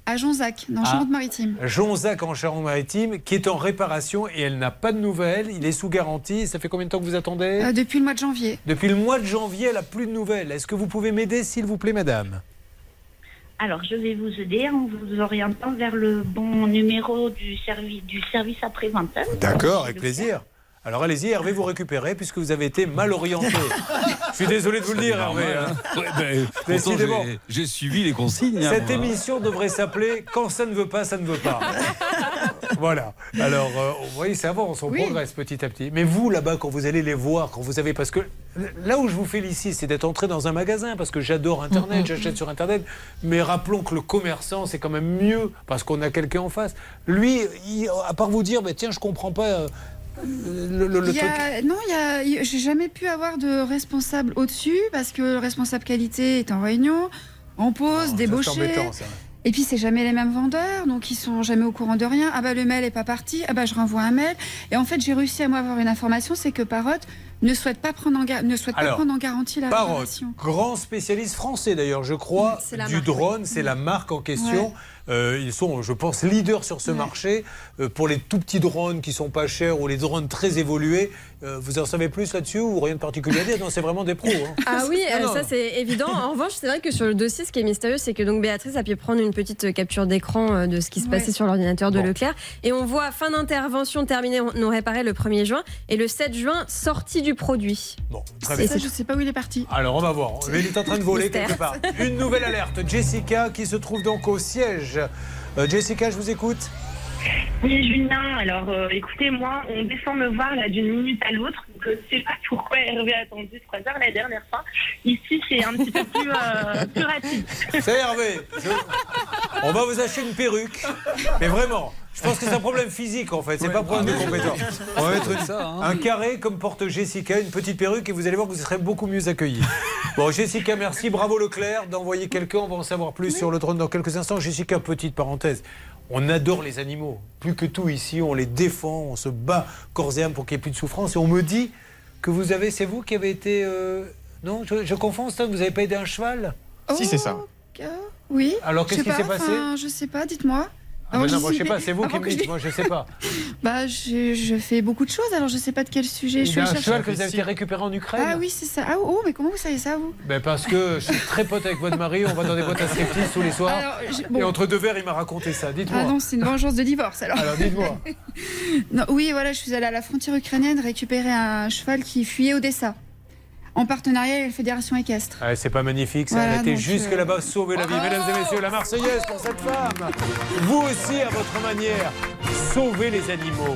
Speaker 12: À Jonzac, dans
Speaker 1: Ah.
Speaker 12: Charente-Maritime.
Speaker 1: Jonzac en Charente-Maritime, qui est en réparation et elle n'a pas de nouvelles. Il est sous garantie. Ça fait combien de temps que vous attendez
Speaker 12: Euh, depuis le mois de janvier.
Speaker 1: Depuis le mois de janvier, elle n'a plus de nouvelles. Est-ce que vous pouvez m'aider, s'il vous plaît, madame
Speaker 14: Alors, je vais vous aider en vous orientant vers le bon numéro du service, du service après-vente.
Speaker 1: D'accord, avec plaisir. Alors allez-y, Hervé, vous récupérez puisque vous avez été mal orienté. Je suis désolé de vous le dire, Hervé. hein.
Speaker 13: Ouais, ben, pourtant,
Speaker 1: Décidément.
Speaker 13: j'ai- J'ai suivi les consignes. hein,
Speaker 1: Cette
Speaker 13: moi.
Speaker 1: émission devrait s'appeler Quand ça ne veut pas, ça ne veut pas. voilà. Alors, euh, vous voyez, ça avance, on progresse petit à petit. Mais vous, là-bas, quand vous allez les voir, quand vous avez. Parce que là où je vous félicite, c'est d'être entré dans un magasin, parce que j'adore Internet, j'achète sur Internet. Mais rappelons que le commerçant, c'est quand même mieux, parce qu'on a quelqu'un en face. Lui, il- à part vous dire, bah, tiens, je comprends pas. euh, le, le- le
Speaker 12: Il y
Speaker 1: truc.
Speaker 12: a- Non, il y a- il- j'ai jamais pu avoir de responsable au-dessus parce que le responsable qualité est en réunion, en pause, débauché.
Speaker 1: embêtant, ça.
Speaker 12: Et puis c'est jamais les mêmes vendeurs, donc ils sont jamais au courant de rien. Ah bah le mail est pas parti, ah bah je renvoie un mail. Et en fait j'ai réussi à moi avoir une information, c'est que Parrot ne souhaite pas prendre en, ga- ne souhaite
Speaker 1: Alors,
Speaker 12: pas prendre en garantie la
Speaker 1: Parrot,
Speaker 12: réparation.
Speaker 1: grand spécialiste français d'ailleurs, je crois,
Speaker 12: C'est la
Speaker 1: du
Speaker 12: marque, Mm.
Speaker 1: drone, c'est la marque en question.
Speaker 12: Ouais.
Speaker 1: Euh, ils sont, je pense, leaders sur ce marché. Euh, pour les tout petits drones qui sont pas chers ou les drones très évolués, euh, vous en savez plus là-dessus ou rien de particulier à dire Non, c'est vraiment des pros. hein.
Speaker 5: Ah oui,
Speaker 1: Non,
Speaker 5: euh,
Speaker 1: non.
Speaker 5: ça c'est évident. En revanche, c'est vrai que sur le dossier, ce qui est mystérieux, c'est que donc Béatrice a pu prendre une petite euh, capture d'écran euh, de ce qui se passait sur l'ordinateur de Leclerc. Et on voit fin d'intervention terminée, on on réparait le 1er juin. Et le 7 juin, sortie du du produit.
Speaker 1: Bon, très
Speaker 12: Et
Speaker 1: bien.
Speaker 12: ça, je sais pas où il est parti.
Speaker 1: Alors on va voir. Mais il est en train de voler quelque
Speaker 12: Mystère.
Speaker 1: part. Une nouvelle alerte. Jessica qui se trouve donc au siège. Euh, Jessica, je vous écoute.
Speaker 9: Oui, Julien, alors euh, écoutez, moi, on descend me voir là d'une minute à l'autre. Donc, euh, Je ne sais pas pourquoi Hervé a attendu trois heures la dernière fois. Ici, c'est un petit peu plus, euh, plus rapide.
Speaker 1: C'est Hervé. Je- On va vous acheter une perruque. Mais vraiment, je pense que c'est un problème physique en fait. C'est pas un problème de compétence. On va mettre une-
Speaker 13: Ah, Ça, hein.
Speaker 1: un carré comme porte Jessica, une petite perruque et vous allez voir que vous serez beaucoup mieux accueillis. Bon, Jessica, merci. Bravo Leclerc d'envoyer quelqu'un. On va en savoir plus sur le trône dans quelques instants. Jessica, petite parenthèse. On adore les animaux. Plus que tout ici, on les défend, on se bat corps et âme pour qu'il n'y ait plus de souffrance. Et on me dit que vous avez, c'est vous qui avez été. euh, Non, je, je confonds, Stan, vous n'avez pas aidé un cheval
Speaker 12: Si, c'est ça. Euh, oui.
Speaker 1: Alors, qu'est-ce
Speaker 12: Je sais
Speaker 1: qui s'est
Speaker 12: pas,
Speaker 1: passé
Speaker 12: enfin, Je sais pas, dites-moi.
Speaker 1: Ah
Speaker 12: Avant
Speaker 1: ben
Speaker 12: que
Speaker 1: non,
Speaker 12: j'y
Speaker 1: moi, je sais
Speaker 12: suis-
Speaker 1: pas, c'est vous
Speaker 12: avant
Speaker 1: qui
Speaker 12: que
Speaker 1: me
Speaker 12: j'y-
Speaker 1: dites, moi je sais pas.
Speaker 12: Bah, je, je fais beaucoup de choses, alors je sais pas de quel sujet.
Speaker 1: Il
Speaker 12: je
Speaker 1: y
Speaker 12: suis
Speaker 1: a
Speaker 12: allée
Speaker 1: un
Speaker 12: chercher-
Speaker 1: cheval que vous avez récupéré en Ukraine
Speaker 12: Ah oui, c'est ça. Ah oh, mais comment vous savez ça, vous
Speaker 1: Ben parce que je suis très pote avec votre mari, on va dans des boîtes à striptease tous les soirs.
Speaker 12: Alors, j'ai- bon.
Speaker 1: Et entre deux verres, il m'a raconté ça. Dites-moi.
Speaker 12: Ah non, c'est une vengeance de divorce, alors.
Speaker 1: Alors dites-moi.
Speaker 12: Non, oui, voilà, je suis allée à la frontière ukrainienne récupérer un cheval qui fuyait Odessa, en partenariat avec la Fédération équestre.
Speaker 1: Ah, c'est pas magnifique, ça.
Speaker 12: Voilà,
Speaker 1: Elle a été
Speaker 12: donc,
Speaker 1: jusque
Speaker 12: euh,
Speaker 1: là-bas sauver la vie. Mesdames et messieurs, la Marseillaise pour cette femme. Vous aussi, à votre manière, sauvez les animaux.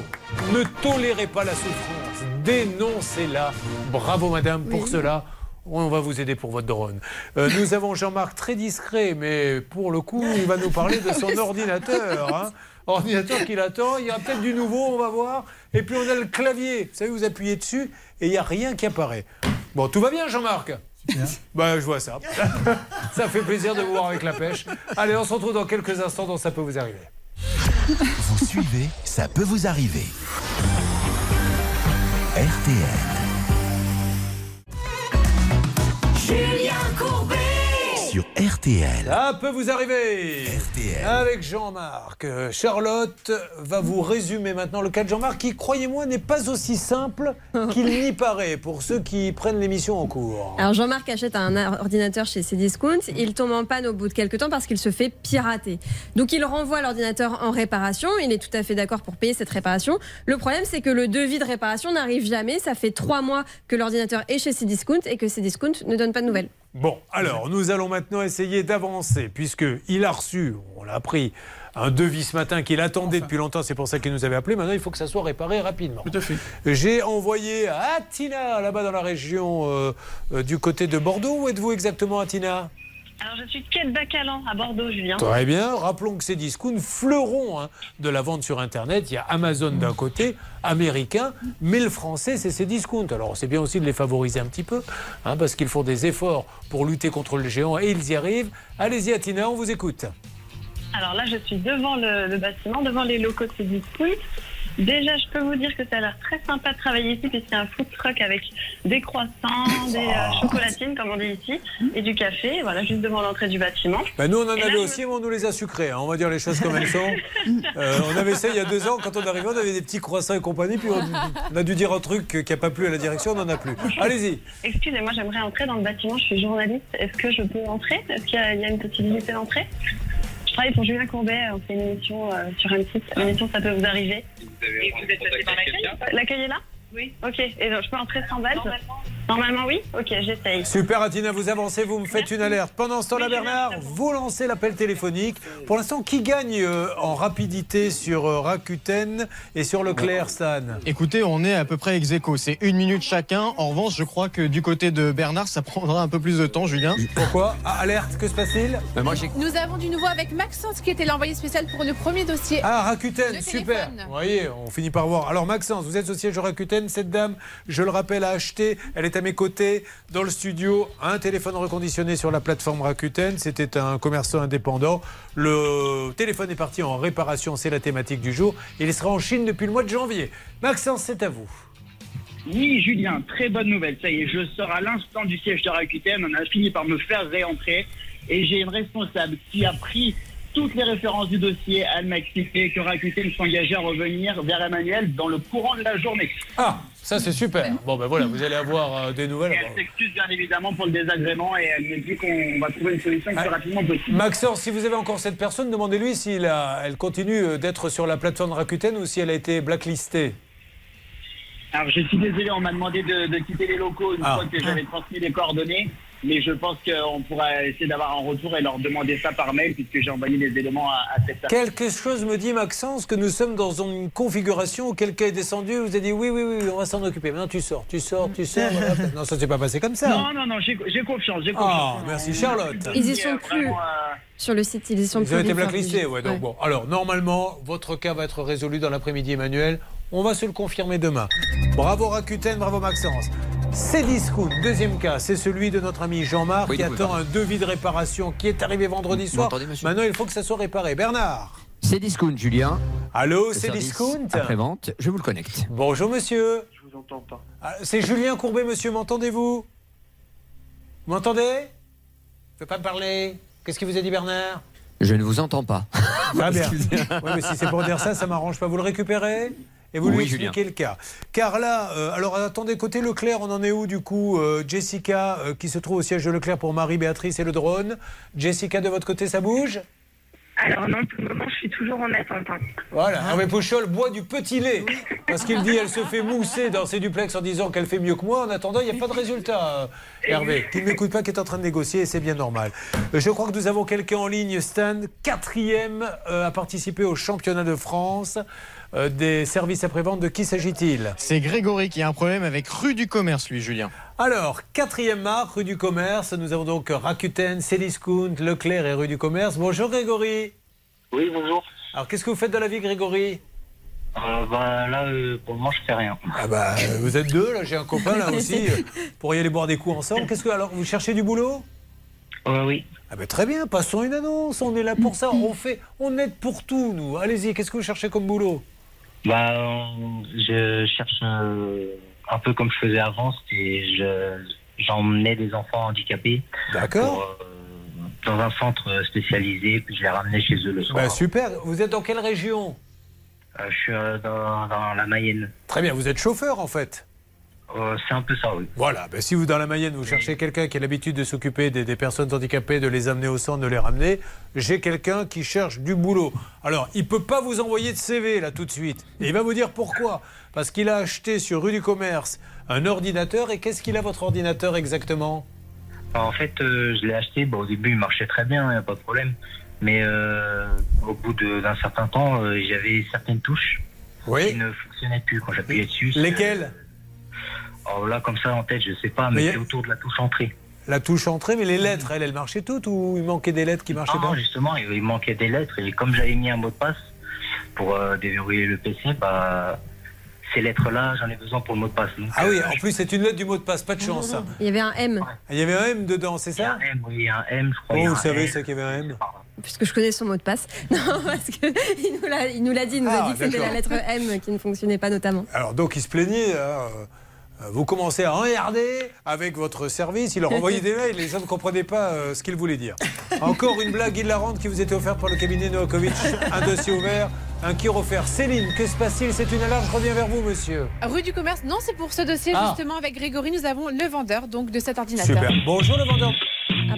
Speaker 1: Ne tolérez pas la souffrance. Dénoncez-la. Bravo, madame, pour cela. On va vous aider pour votre drone. Euh, nous avons Jean-Marc très discret, mais pour le coup, il va nous parler de son ordinateur. hein. Ordinateur qu'il attend. Il y a peut-être du nouveau, on va voir. Et puis on a le clavier. Vous savez, vous appuyez dessus et il n'y a rien qui apparaît. Bon, tout va bien, Jean-Marc bah, je vois ça. ça fait plaisir de vous voir avec la pêche. Allez, on se retrouve dans quelques instants dans Ça peut vous arriver.
Speaker 3: Vous suivez, ça peut vous arriver. RTL
Speaker 15: Julien Courbet
Speaker 3: sur RTL.
Speaker 1: Ça peut vous arriver. Avec Jean-Marc. Euh, Charlotte va vous résumer maintenant le cas de Jean-Marc qui, croyez-moi, n'est pas aussi simple qu'il n'y paraît pour ceux qui prennent l'émission en cours.
Speaker 5: Alors Jean-Marc achète un ordinateur chez Cdiscount, il tombe en panne au bout de quelques temps parce qu'il se fait pirater. Donc il renvoie l'ordinateur en réparation, il est tout à fait d'accord pour payer cette réparation. Le problème c'est que le devis de réparation n'arrive jamais, ça fait trois mois que l'ordinateur est chez Cdiscount et que Cdiscount ne donne pas de nouvelles.
Speaker 1: Bon, alors nous allons maintenant essayer d'avancer, puisque il a reçu, on l'a appris, un devis ce matin qu'il attendait depuis longtemps, c'est pour ça qu'il nous avait appelé. Maintenant, il faut que ça soit réparé rapidement. Tout à fait. J'ai envoyé à Atina, là-bas dans la région euh, euh, du côté de Bordeaux. Où êtes-vous exactement, Atina
Speaker 9: Alors, je suis Kate Bacalan à Bordeaux, Julien.
Speaker 1: Très bien. Rappelons que ces discounts fleurons hein, de la vente sur Internet. Il y a Amazon d'un côté, américain, mais le français, c'est ces discounts. Alors, c'est bien aussi de les favoriser un petit peu, hein, parce qu'ils font des efforts pour lutter contre le géant et ils y arrivent. Allez-y, Atina, on vous écoute.
Speaker 9: Alors là, je suis devant le, le bâtiment, devant les locaux de Cdiscount. Déjà, je peux vous dire que ça a l'air très sympa de travailler ici, puisqu'il y a un food truck avec des croissants, des euh, chocolatines, comme on dit ici, et du café, voilà, juste devant l'entrée du bâtiment.
Speaker 1: Ben, nous, on en
Speaker 9: Et là,
Speaker 1: avait
Speaker 9: je
Speaker 1: aussi, mais on nous les a sucrés. hein. On va dire les choses comme elles sont. Euh, on avait ça il y a deux ans. Quand on arrivait, on avait des petits croissants et compagnie. Puis on, on a dû dire un truc qui n'a pas plu à la direction. On n'en a plus. Allez-y.
Speaker 9: Excusez-moi, j'aimerais entrer dans le bâtiment, je suis journaliste. Est-ce que je peux entrer Est-ce qu'il y, a il y a une possibilité d'entrer Je travaille pour Julien Courbet, on fait une émission euh, sur un site. L'émission, ça peut vous arriver.
Speaker 15: Et vous êtes passé par l'accueil
Speaker 9: L'accueil est là Oui. Ok, et donc, je peux entrer sans balles Normalement, oui Ok, j'essaye.
Speaker 1: Super, Atina, vous avancez, vous me faites une alerte. Pendant ce temps-là, Bernard, vous lancez l'appel téléphonique. Pour l'instant, qui gagne euh, en rapidité sur euh, Rakuten et sur Leclerc, Stan
Speaker 7: Écoutez, on est à peu près ex aequo. C'est une minute chacun. En revanche, je crois que du côté de Bernard, ça prendra un peu plus de temps, Julien.
Speaker 1: Pourquoi Ah, Alerte, que se passe-t-il
Speaker 7: moi,
Speaker 2: Nous avons du nouveau avec Maxence qui était l'envoyé spécial pour le premier dossier.
Speaker 1: Ah, Rakuten,
Speaker 2: Le
Speaker 1: super.
Speaker 2: téléphone.
Speaker 1: Vous voyez, on finit par voir. Alors, Maxence, vous êtes au siège de Rakuten. Cette dame, je le rappelle, a acheté. Elle est à mes côtés dans le studio. Un téléphone reconditionné sur la plateforme Rakuten. C'était un commerçant indépendant. Le téléphone est parti en réparation. C'est la thématique du jour. Il sera en Chine depuis le mois de janvier. Maxence, c'est à vous.
Speaker 8: Oui, Julien, très bonne nouvelle. Ça y est, je sors à l'instant du siège de Rakuten. On a fini par me faire réentrer. Et j'ai une responsable qui a pris toutes les références du dossier. Elle m'a expliqué que Rakuten s'engageait à revenir vers Emmanuel dans le courant de la journée.
Speaker 1: Ah, ça c'est super. Bon, ben voilà, vous allez avoir euh, des nouvelles.
Speaker 8: Et elle s'excuse bien évidemment pour le désagrément et elle me dit qu'on va trouver une solution le plus
Speaker 1: Ah.
Speaker 8: rapidement possible.
Speaker 1: Maxence, si vous avez encore cette personne, demandez-lui si elle continue euh, d'être sur la plateforme Rakuten ou si elle a été blacklistée.
Speaker 8: Alors, je suis désolé, on m'a demandé de, de quitter les locaux une
Speaker 1: Ah.
Speaker 8: fois que j'avais transmis les coordonnées, mais je pense qu'on pourra essayer d'avoir un retour et leur demander ça par mail, puisque j'ai envoyé les éléments à, à cette personne.
Speaker 1: Quelque chose me dit, Maxence, que nous sommes dans une configuration où quelqu'un est descendu et vous a dit oui, oui, oui, on va s'en occuper. Maintenant, tu sors, tu sors, tu sors. voilà. non, ça ne s'est pas passé comme ça.
Speaker 8: Non, non, non, j'ai j'ai confiance,
Speaker 6: Oh,
Speaker 8: j'ai
Speaker 1: Ah,
Speaker 8: confiance.
Speaker 1: merci Charlotte.
Speaker 5: Ils y sont plus. Sur le site, ils y sont
Speaker 1: Ils
Speaker 5: plus.
Speaker 1: ont été
Speaker 5: les fleurs
Speaker 1: blacklistés,
Speaker 5: du-
Speaker 1: ouais. Donc bon, alors normalement, votre cas va être résolu dans l'après-midi, Emmanuel. On va se le confirmer demain. Bravo Rakuten, bravo Maxence. Cdiscount, deuxième cas, c'est celui de notre ami Jean-Marc
Speaker 16: Oui,
Speaker 1: qui
Speaker 16: oui,
Speaker 1: attend un devis de réparation qui est arrivé vendredi
Speaker 16: Vous
Speaker 1: soir.
Speaker 16: m'entendez, monsieur
Speaker 1: Maintenant, il faut que ça soit réparé. Bernard
Speaker 16: C'est Discount, Julien.
Speaker 1: Allô,
Speaker 16: Le
Speaker 1: c'est
Speaker 16: service
Speaker 1: Discount
Speaker 16: Après-vente, je vous le connecte.
Speaker 1: Bonjour monsieur.
Speaker 16: Je vous entends pas.
Speaker 1: Ah, C'est Julien Courbet, monsieur, m'entendez-vous Vous m'entendez Vous pouvez pas me parler Qu'est-ce qu'il vous a dit Bernard
Speaker 16: Je ne vous entends pas.
Speaker 1: Très bien. Ouais, mais si c'est pour dire ça, ça m'arrange pas. Vous le récupérez et vous lui
Speaker 16: Oui,
Speaker 1: expliquez le cas. Car là, euh, alors attendez, côté Leclerc, on en est où du coup euh, Jessica, euh, qui se trouve au siège de Leclerc pour Marie-Béatrice et le drone. Jessica, de votre côté, ça bouge
Speaker 15: Alors non, pour le moment, je suis toujours en attente. hein.
Speaker 1: Voilà, Hervé Pouchol boit du petit lait. Parce qu'il dit elle se fait mousser dans ses duplex en disant qu'elle fait mieux que moi. En attendant, il n'y a pas de résultat, euh, Hervé. Qui ne m'écoute pas, qui est en train de négocier, et c'est bien normal. Euh, Je crois que nous avons quelqu'un en ligne, Stan, quatrième euh, à participer au championnat de France euh, des services après-vente. De qui s'agit-il
Speaker 7: C'est Grégory qui a un problème avec rue du commerce, lui, Julien.
Speaker 1: alors, quatrième marque, rue du Commerce. Nous avons donc Rakuten, Céliscount, Leclerc et rue du Commerce. Bonjour Grégory.
Speaker 17: Oui, bonjour.
Speaker 1: Alors, qu'est-ce que vous faites de la vie, Grégory
Speaker 17: Euh, bah, là, euh, pour le moment, je fais rien.
Speaker 1: Ah bah, euh, vous êtes deux, là, j'ai un copain, là aussi, euh, pour y aller boire des coups ensemble. Qu'est-ce que, alors, vous cherchez du boulot
Speaker 8: Euh,
Speaker 17: Oui.
Speaker 1: Ah bah, très bien, passons une annonce, on est là pour ça, on fait, on aide pour tout, nous. Allez-y, qu'est-ce que vous cherchez comme boulot
Speaker 17: Bah, euh, je cherche euh, un peu comme je faisais avant, c'était je j'emmenais des enfants handicapés.
Speaker 1: D'accord.
Speaker 17: pour, euh, Dans un centre spécialisé, puis je les ramenais chez eux le soir.
Speaker 1: Bah, super, vous êtes dans quelle région
Speaker 17: Euh, je suis euh, dans, dans la Mayenne.
Speaker 1: Très bien, vous êtes chauffeur, en fait
Speaker 17: Euh, C'est un peu ça, oui.
Speaker 1: Voilà, ben, si vous dans la Mayenne, vous cherchez quelqu'un qui a l'habitude de s'occuper des, des personnes handicapées, de les amener au centre, de les ramener, j'ai quelqu'un qui cherche du boulot. Alors, il ne peut pas vous envoyer de CV là tout de suite. Et il va vous dire pourquoi. Parce qu'il a acheté sur rue du commerce un ordinateur. Et qu'est-ce qu'il a votre ordinateur exactement
Speaker 17: En fait, euh, je l'ai acheté. Bon, au début, il marchait très bien, il n'y a pas de problème. Mais euh, au bout de- d'un certain temps, euh, j'avais certaines touches
Speaker 1: qui
Speaker 17: ne fonctionnaient plus quand j'appuyais dessus.
Speaker 1: Lesquelles
Speaker 17: Alors là, comme ça, en tête, je sais pas,
Speaker 1: Mais
Speaker 17: mais,
Speaker 1: y a-
Speaker 17: c'est autour de la touche entrée.
Speaker 1: La touche entrée, mais les lettres, elles, elles marchaient toutes ou il manquait des lettres qui marchaient
Speaker 17: Ah,
Speaker 1: pas
Speaker 17: justement, il, il manquait des lettres. Et comme j'avais mis un mot de passe pour euh, déverrouiller le PC, bah, ces lettres-là, j'en ai besoin pour le mot de passe. Donc,
Speaker 1: Ah oui,
Speaker 17: euh,
Speaker 1: en plus, c'est une lettre du mot de passe, pas de chance. ça.
Speaker 5: Il y avait un M.
Speaker 1: Il y avait un M dedans, c'est ça
Speaker 17: un M, oui, un M, je
Speaker 1: Oh, vous savez, c'est qu'il y avait un M.
Speaker 5: Puisque je connais son mot de passe. Non, parce qu'il nous l'a- il nous l'a dit, il nous
Speaker 1: Ah,
Speaker 5: a dit que c'était
Speaker 1: d'accord.
Speaker 5: la lettre M qui ne fonctionnait pas notamment.
Speaker 1: Alors donc il se plaignait. hein, euh, Vous commencez à regarder avec votre service, il leur envoyait des mails, les gens ne comprenaient pas euh, ce qu'il voulait dire. Encore une blague hilarante qui vous était offerte par le cabinet Novakovic, un dossier ouvert, un qui offert. Céline, que se passe-t-il C'est une alarme, je reviens vers vous monsieur.
Speaker 2: Rue du commerce, non, c'est pour ce dossier
Speaker 1: Ah.
Speaker 2: justement avec Grégory. Nous avons le vendeur donc de cet ordinateur. Ah
Speaker 1: Super. Bonjour le vendeur.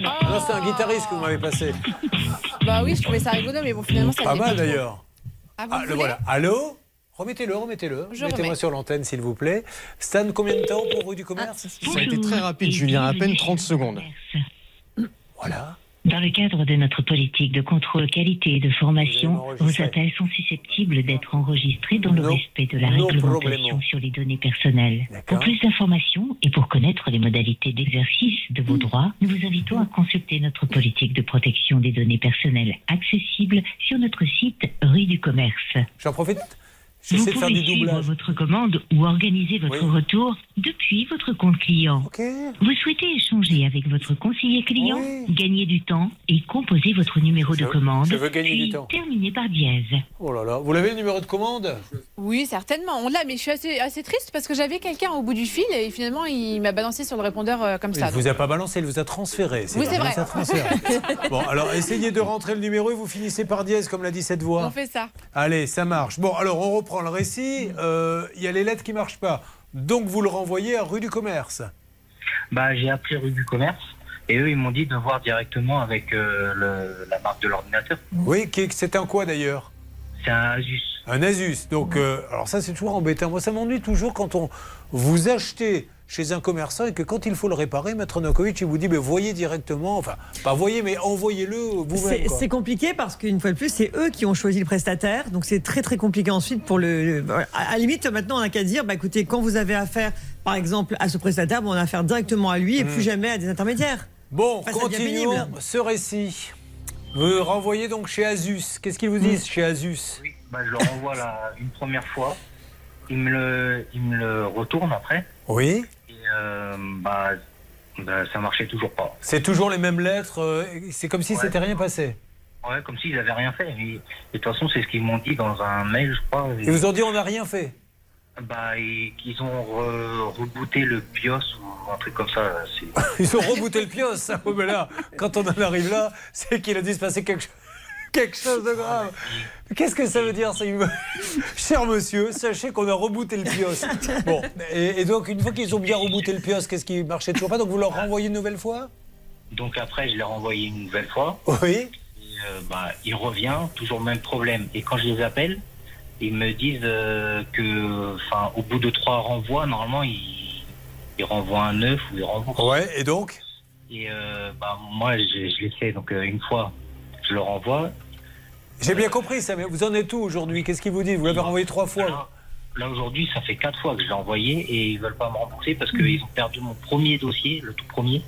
Speaker 1: Non, c'est un guitariste que vous m'avez passé.
Speaker 2: Bah oui, je trouvais ça rigolo, mais bon, finalement, ça
Speaker 1: Pas
Speaker 2: me
Speaker 1: mal
Speaker 2: dégoûte.
Speaker 1: d'ailleurs.
Speaker 2: Ah, vous
Speaker 1: Ah, le
Speaker 2: voulez
Speaker 1: voilà. Allô Remettez-le, remettez-le.
Speaker 2: Je
Speaker 1: Mettez-moi
Speaker 2: remets.
Speaker 1: sur l'antenne, s'il vous plaît. Stan, combien de temps pour Rue du
Speaker 2: Ah,
Speaker 1: Commerce
Speaker 7: Ça a été très rapide, Julien, à peine 30 secondes.
Speaker 1: Voilà.
Speaker 18: Dans le cadre de notre politique de contrôle qualité et de formation, vos appels sont susceptibles d'être enregistrés dans le respect de la
Speaker 19: no
Speaker 18: réglementation sur les données personnelles. Pour plus d'informations et pour connaître les modalités d'exercice de
Speaker 1: Mm.
Speaker 18: vos droits, nous vous invitons à consulter notre politique de protection des données personnelles accessible sur notre site rue du commerce.
Speaker 1: J'en profite.
Speaker 18: Vous
Speaker 1: J'essaie de faire
Speaker 18: pouvez
Speaker 1: du
Speaker 18: suivre
Speaker 1: doublage.
Speaker 18: votre commande ou organiser votre retour depuis votre compte client. Vous souhaitez échanger avec votre conseiller client, gagner du temps et composer votre numéro de commande.
Speaker 1: je veux gagner
Speaker 18: puis
Speaker 1: du temps.
Speaker 18: Terminer par dièse.
Speaker 1: Oh là là. Vous l'avez le numéro de commande
Speaker 2: Oui, certainement. On l'a, mais je suis assez, assez triste parce que j'avais quelqu'un au bout du fil et finalement, il m'a balancé sur le répondeur euh, comme
Speaker 1: Il
Speaker 2: ça.
Speaker 1: ne vous
Speaker 2: donc.
Speaker 1: a pas balancé, il vous a transféré.
Speaker 2: Oui, c'est
Speaker 1: pas bien,
Speaker 2: vrai.
Speaker 1: ça transfère. bon, alors essayez de rentrer le numéro et vous finissez par dièse, comme l'a dit cette
Speaker 2: On
Speaker 1: voix.
Speaker 2: fait ça.
Speaker 1: Allez, ça marche. Bon, alors on reprend le récit. Euh, Il y a les lettres qui ne marchent pas. Donc vous le renvoyez à rue du commerce.
Speaker 17: Bah, j'ai appelé rue du commerce et eux, ils m'ont dit de voir directement avec euh, le- la marque de l'ordinateur.
Speaker 2: Mm.
Speaker 1: Oui, qui- c'est un quoi d'ailleurs
Speaker 17: C'est un Asus.
Speaker 1: un Asus. Donc, euh, alors ça, c'est toujours embêtant. Moi, ça m'ennuie toujours quand on vous achetez chez un commerçant et que quand il faut le réparer, Maître Nokovic, il vous dit, mais voyez directement, enfin, pas voyez, mais envoyez-le vous-même.
Speaker 6: C'est
Speaker 1: quoi.
Speaker 6: c'est compliqué parce qu'une fois de plus, c'est eux qui ont choisi le prestataire. Donc c'est très très compliqué ensuite pour le. le- voilà. à à la limite, maintenant, on n'a qu'à dire bah, écoutez, quand vous avez affaire, par exemple, à ce prestataire, bon, on a affaire directement à lui et
Speaker 1: Mm.
Speaker 6: plus jamais à des intermédiaires.
Speaker 1: Bon,
Speaker 6: Enfin, ça devient
Speaker 1: continuons
Speaker 6: pénible.
Speaker 1: ce récit. Vous renvoyez donc chez Asus. Qu'est-ce qu'ils vous
Speaker 6: Hmm.
Speaker 1: disent chez Asus
Speaker 17: Bah, je le renvoie là une première fois. Il me le, il me le retourne après.
Speaker 1: Oui.
Speaker 17: Et euh, bah, bah, ça marchait toujours pas.
Speaker 1: C'est toujours les mêmes lettres, euh, c'est comme si
Speaker 17: Ouais.
Speaker 1: c'était rien passé.
Speaker 17: Ouais, comme s'ils n'avaient rien fait. Mais, de toute façon, c'est ce qu'ils m'ont dit dans un mail, je crois.
Speaker 1: Ils vous ont dit on n'a rien fait.
Speaker 17: Bah, et qu'ils ont re- rebooté le BIOS ou un truc comme ça. c'est-
Speaker 1: Ils ont rebooté le pios. hein. Oui, mais là, quand on en arrive là, c'est qu'il a dû se passer quelque chose. Quelque chose de grave. Qu'est-ce que ça veut dire ça Cher monsieur, sachez qu'on a rebooté le pios. Bon, et, et donc une fois qu'ils ont bien rebooté le pios, qu'est-ce qui marchait toujours pas Donc vous leur renvoyez une nouvelle fois
Speaker 17: Donc après, je l'ai renvoyé une nouvelle fois.
Speaker 1: Oui.
Speaker 17: Et, euh, bah, il revient, toujours le même problème. Et quand je les appelle, ils me disent euh, que, enfin, au bout de trois renvois, normalement, ils, ils renvoient un œuf ou ils renvoient.
Speaker 1: Ouais, et donc
Speaker 17: Et euh, bah, moi, je, je l'ai fait, donc euh, une fois, je le renvoie.
Speaker 1: J'ai bien compris ça, mais vous en êtes où aujourd'hui Qu'est-ce qu'ils vous disent Vous l'avez renvoyé trois fois
Speaker 17: Là, aujourd'hui, ça fait quatre fois que je l'ai envoyé et ils veulent pas me rembourser parce qu'ils ont perdu mon premier dossier, le tout premier.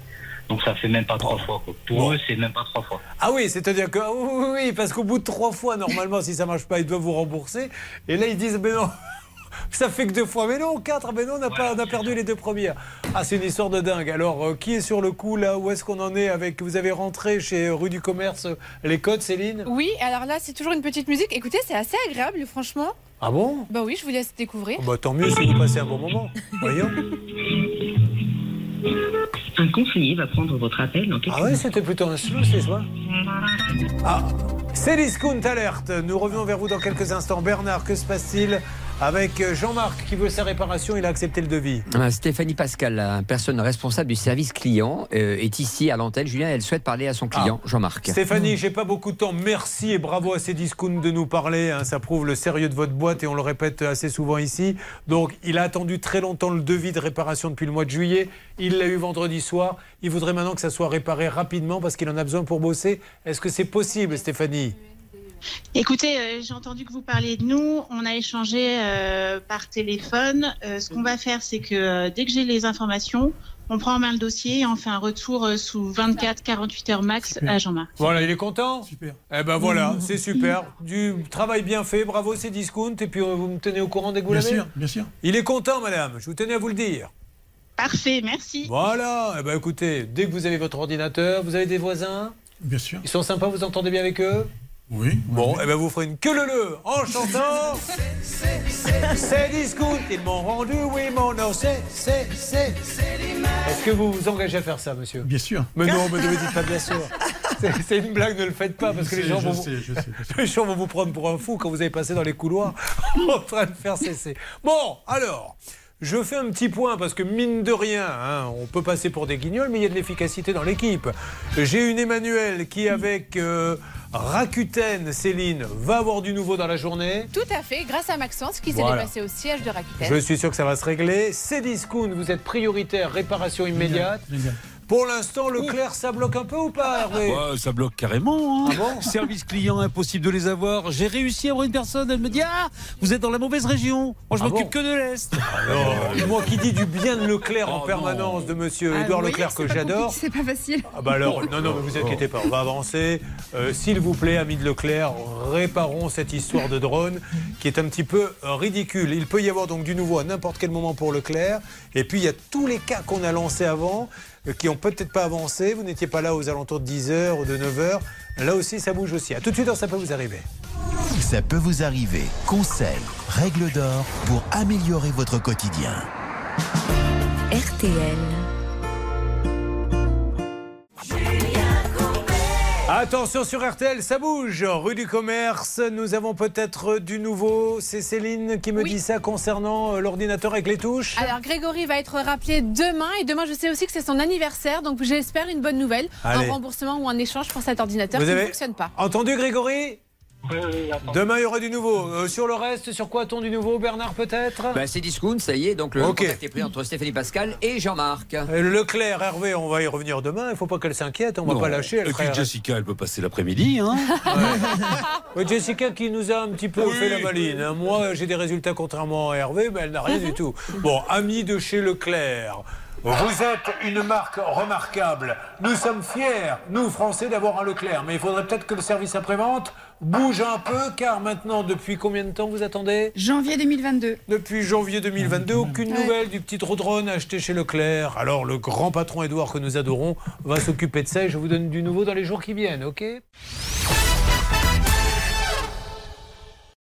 Speaker 17: Donc ça fait même pas trois fois. quoi. Pour
Speaker 1: Bon.
Speaker 17: eux, c'est même pas trois fois.
Speaker 1: Ah oui, c'est-à-dire que ah oui, oui, oui, parce qu'au bout de trois fois, normalement, si ça marche pas, ils doivent vous rembourser. Et là, ils disent, mais non, ça fait que deux fois, mais non, quatre, mais non, on a, pas, on a perdu les deux premières. Ah, c'est une histoire de dingue. Alors, euh, qui est sur le coup là Où est-ce qu'on en est avec Vous avez rentré chez euh, Rue du Commerce euh, les codes, Céline
Speaker 2: Oui, alors là, c'est toujours une petite musique. Écoutez, c'est assez agréable, franchement.
Speaker 1: Ah bon
Speaker 2: Bah oui, je vous laisse découvrir.
Speaker 1: Bah tant mieux si vous passez un bon moment. Voyons.
Speaker 18: Un conseiller va prendre votre appel dans quelques
Speaker 1: Ah ouais, c'était plutôt un slow, c'est ça Ah, c'est l'Iscount Alerte. Nous revenons vers vous dans quelques instants. Bernard, que se passe-t-il avec euh, Jean-Marc qui veut sa réparation Il a accepté le devis.
Speaker 16: Euh, Stéphanie Pascal, la personne responsable du service client, euh, est ici à l'antenne. Julien, elle souhaite parler
Speaker 7: Ah.
Speaker 16: à son client, Jean-Marc.
Speaker 1: Stéphanie, j'ai pas beaucoup de temps. Merci et bravo à ces discounts de nous parler. hein. Ça prouve le sérieux de votre boîte et on le répète assez souvent ici. Donc, il a attendu très longtemps le devis de réparation depuis le mois de juillet. Il l'a eu vendredi soir. Il voudrait maintenant que ça soit réparé rapidement parce qu'il en a besoin pour bosser. Est-ce que c'est possible, Stéphanie
Speaker 19: Écoutez, euh, j'ai entendu que vous parliez de nous. On a échangé euh, par téléphone. Euh, ce qu'on va faire, c'est que euh, dès que j'ai les informations, on prend en main le dossier et on fait un retour euh, sous 24-48 heures max à Jean-Marc.
Speaker 1: Voilà, il est content Super. Eh ben
Speaker 11: Mmh.
Speaker 1: voilà, c'est super. Du travail bien fait, bravo ces discounts. Et puis euh, vous me tenez au courant dès que vous
Speaker 11: Bien
Speaker 1: l'avez
Speaker 11: sûr, bien sûr.
Speaker 1: Il est content, madame, je vous tenais à vous le dire.
Speaker 19: Parfait, merci.
Speaker 1: Voilà, eh ben écoutez, dès que vous avez votre ordinateur, vous avez des voisins
Speaker 11: Bien sûr.
Speaker 1: Ils sont sympas, vous entendez bien avec eux
Speaker 11: Oui.
Speaker 1: Bon, eh ben vous ferez une queue le le en chantant. C'est discount, ils m'ont rendu, oui, mon nom, c'est, c'est, c'est. Est-ce que vous vous engagez à faire ça, monsieur
Speaker 11: Bien sûr.
Speaker 1: Mais non, mais ne me dites pas bien sûr. C'est- C'est une blague, ne le faites
Speaker 7: Ah,
Speaker 1: pas, parce que les
Speaker 11: Je
Speaker 1: gens
Speaker 11: sais,
Speaker 1: vont
Speaker 11: je
Speaker 1: vous-
Speaker 11: sais, je sais,
Speaker 1: les gens vont vous prendre pour un fou quand vous avez passé dans les couloirs en train de faire cesser. Bon, alors, je fais un petit point parce que mine de rien, hein, on peut passer pour des guignols, mais il y a de l'efficacité dans l'équipe. J'ai une Emmanuel qui, avec euh, Rakuten, Céline, va avoir du nouveau dans la journée.
Speaker 2: Tout à fait, grâce à Maxence qui s'est
Speaker 1: Voilà.
Speaker 2: déplacé au siège de Rakuten.
Speaker 1: Je suis sûr que ça va se régler. C'est discount, vous êtes prioritaire, réparation immédiate. Pour l'instant, Leclerc, ça bloque un peu ou pas Hervé Ah
Speaker 13: Ouais, ça bloque carrément. hein. Service client, impossible de les avoir. J'ai réussi à avoir une personne, elle me dit Ah, vous êtes dans la mauvaise région. Moi, je
Speaker 1: Ah
Speaker 13: m'occupe
Speaker 1: bon Ah
Speaker 13: que de l'Est. Ah
Speaker 1: Non, moi qui dis du bien de Leclerc en permanence, de monsieur
Speaker 12: Ah, vous
Speaker 1: Édouard
Speaker 12: voyez,
Speaker 1: Leclerc que
Speaker 12: c'est pas
Speaker 1: j'adore.
Speaker 12: compliqué, C'est pas facile.
Speaker 1: Ah bah alors, non, non, mais vous inquiétez pas, on va avancer. Euh, S'il vous plaît, ami de Leclerc, réparons cette histoire de drone qui est un petit peu ridicule. Il peut y avoir donc du nouveau à n'importe quel moment pour Leclerc. Et puis, il y a tous les cas qu'on a lancés avant, euh, qui n'ont peut-être pas avancé. Vous n'étiez pas là aux alentours de 10h ou de 9h. Là aussi, ça bouge aussi. À tout de suite, alors, ça peut vous arriver.
Speaker 3: Ça peut vous arriver. Conseils, règles d'or pour améliorer votre quotidien.
Speaker 20: RTL.
Speaker 1: Attention sur RTL, ça bouge. Rue du Commerce, nous avons peut-être du nouveau. C'est Céline qui me dit ça concernant euh, l'ordinateur avec les touches.
Speaker 2: Alors Grégory va être rappelé demain et demain je sais aussi que c'est son anniversaire donc j'espère une bonne nouvelle,
Speaker 1: Allez.
Speaker 2: un remboursement ou un échange pour cet ordinateur
Speaker 1: Vous
Speaker 2: qui
Speaker 1: avez-
Speaker 2: ne fonctionne pas.
Speaker 1: Entendu Grégory Demain, il y aura du nouveau. Euh, sur le reste, sur quoi a-t-on du nouveau, Bernard,
Speaker 13: Ben-
Speaker 1: peut-être
Speaker 16: Bah, c'est discount, ça y est, donc le
Speaker 1: Ok.
Speaker 16: contact est pris entre Stéphanie Pascal et Jean-Marc.
Speaker 1: Euh, Leclerc, Hervé, on va y revenir demain. Il ne faut pas qu'elle s'inquiète, on ne va
Speaker 13: Non.
Speaker 1: pas lâcher. Elle
Speaker 13: Et puis
Speaker 1: fera-
Speaker 13: Jessica, elle peut passer l'après-midi. Hein
Speaker 1: Ouais, Jessica qui nous a un petit peu fait la maline. hein. Moi, j'ai des résultats contrairement à Hervé, mais elle n'a rien du tout. Bon, amis de chez Leclerc. Vous êtes une marque remarquable. Nous sommes fiers, nous Français, d'avoir un Leclerc. Mais il faudrait peut-être que le service après-vente bouge un peu, car maintenant, depuis combien de temps vous attendez
Speaker 12: Janvier 2022.
Speaker 1: Depuis janvier 2022, aucune nouvelle du petit drone acheté chez Leclerc. Alors, le grand patron Édouard que nous adorons va s'occuper de ça et je vous donne du nouveau dans les jours qui viennent, ok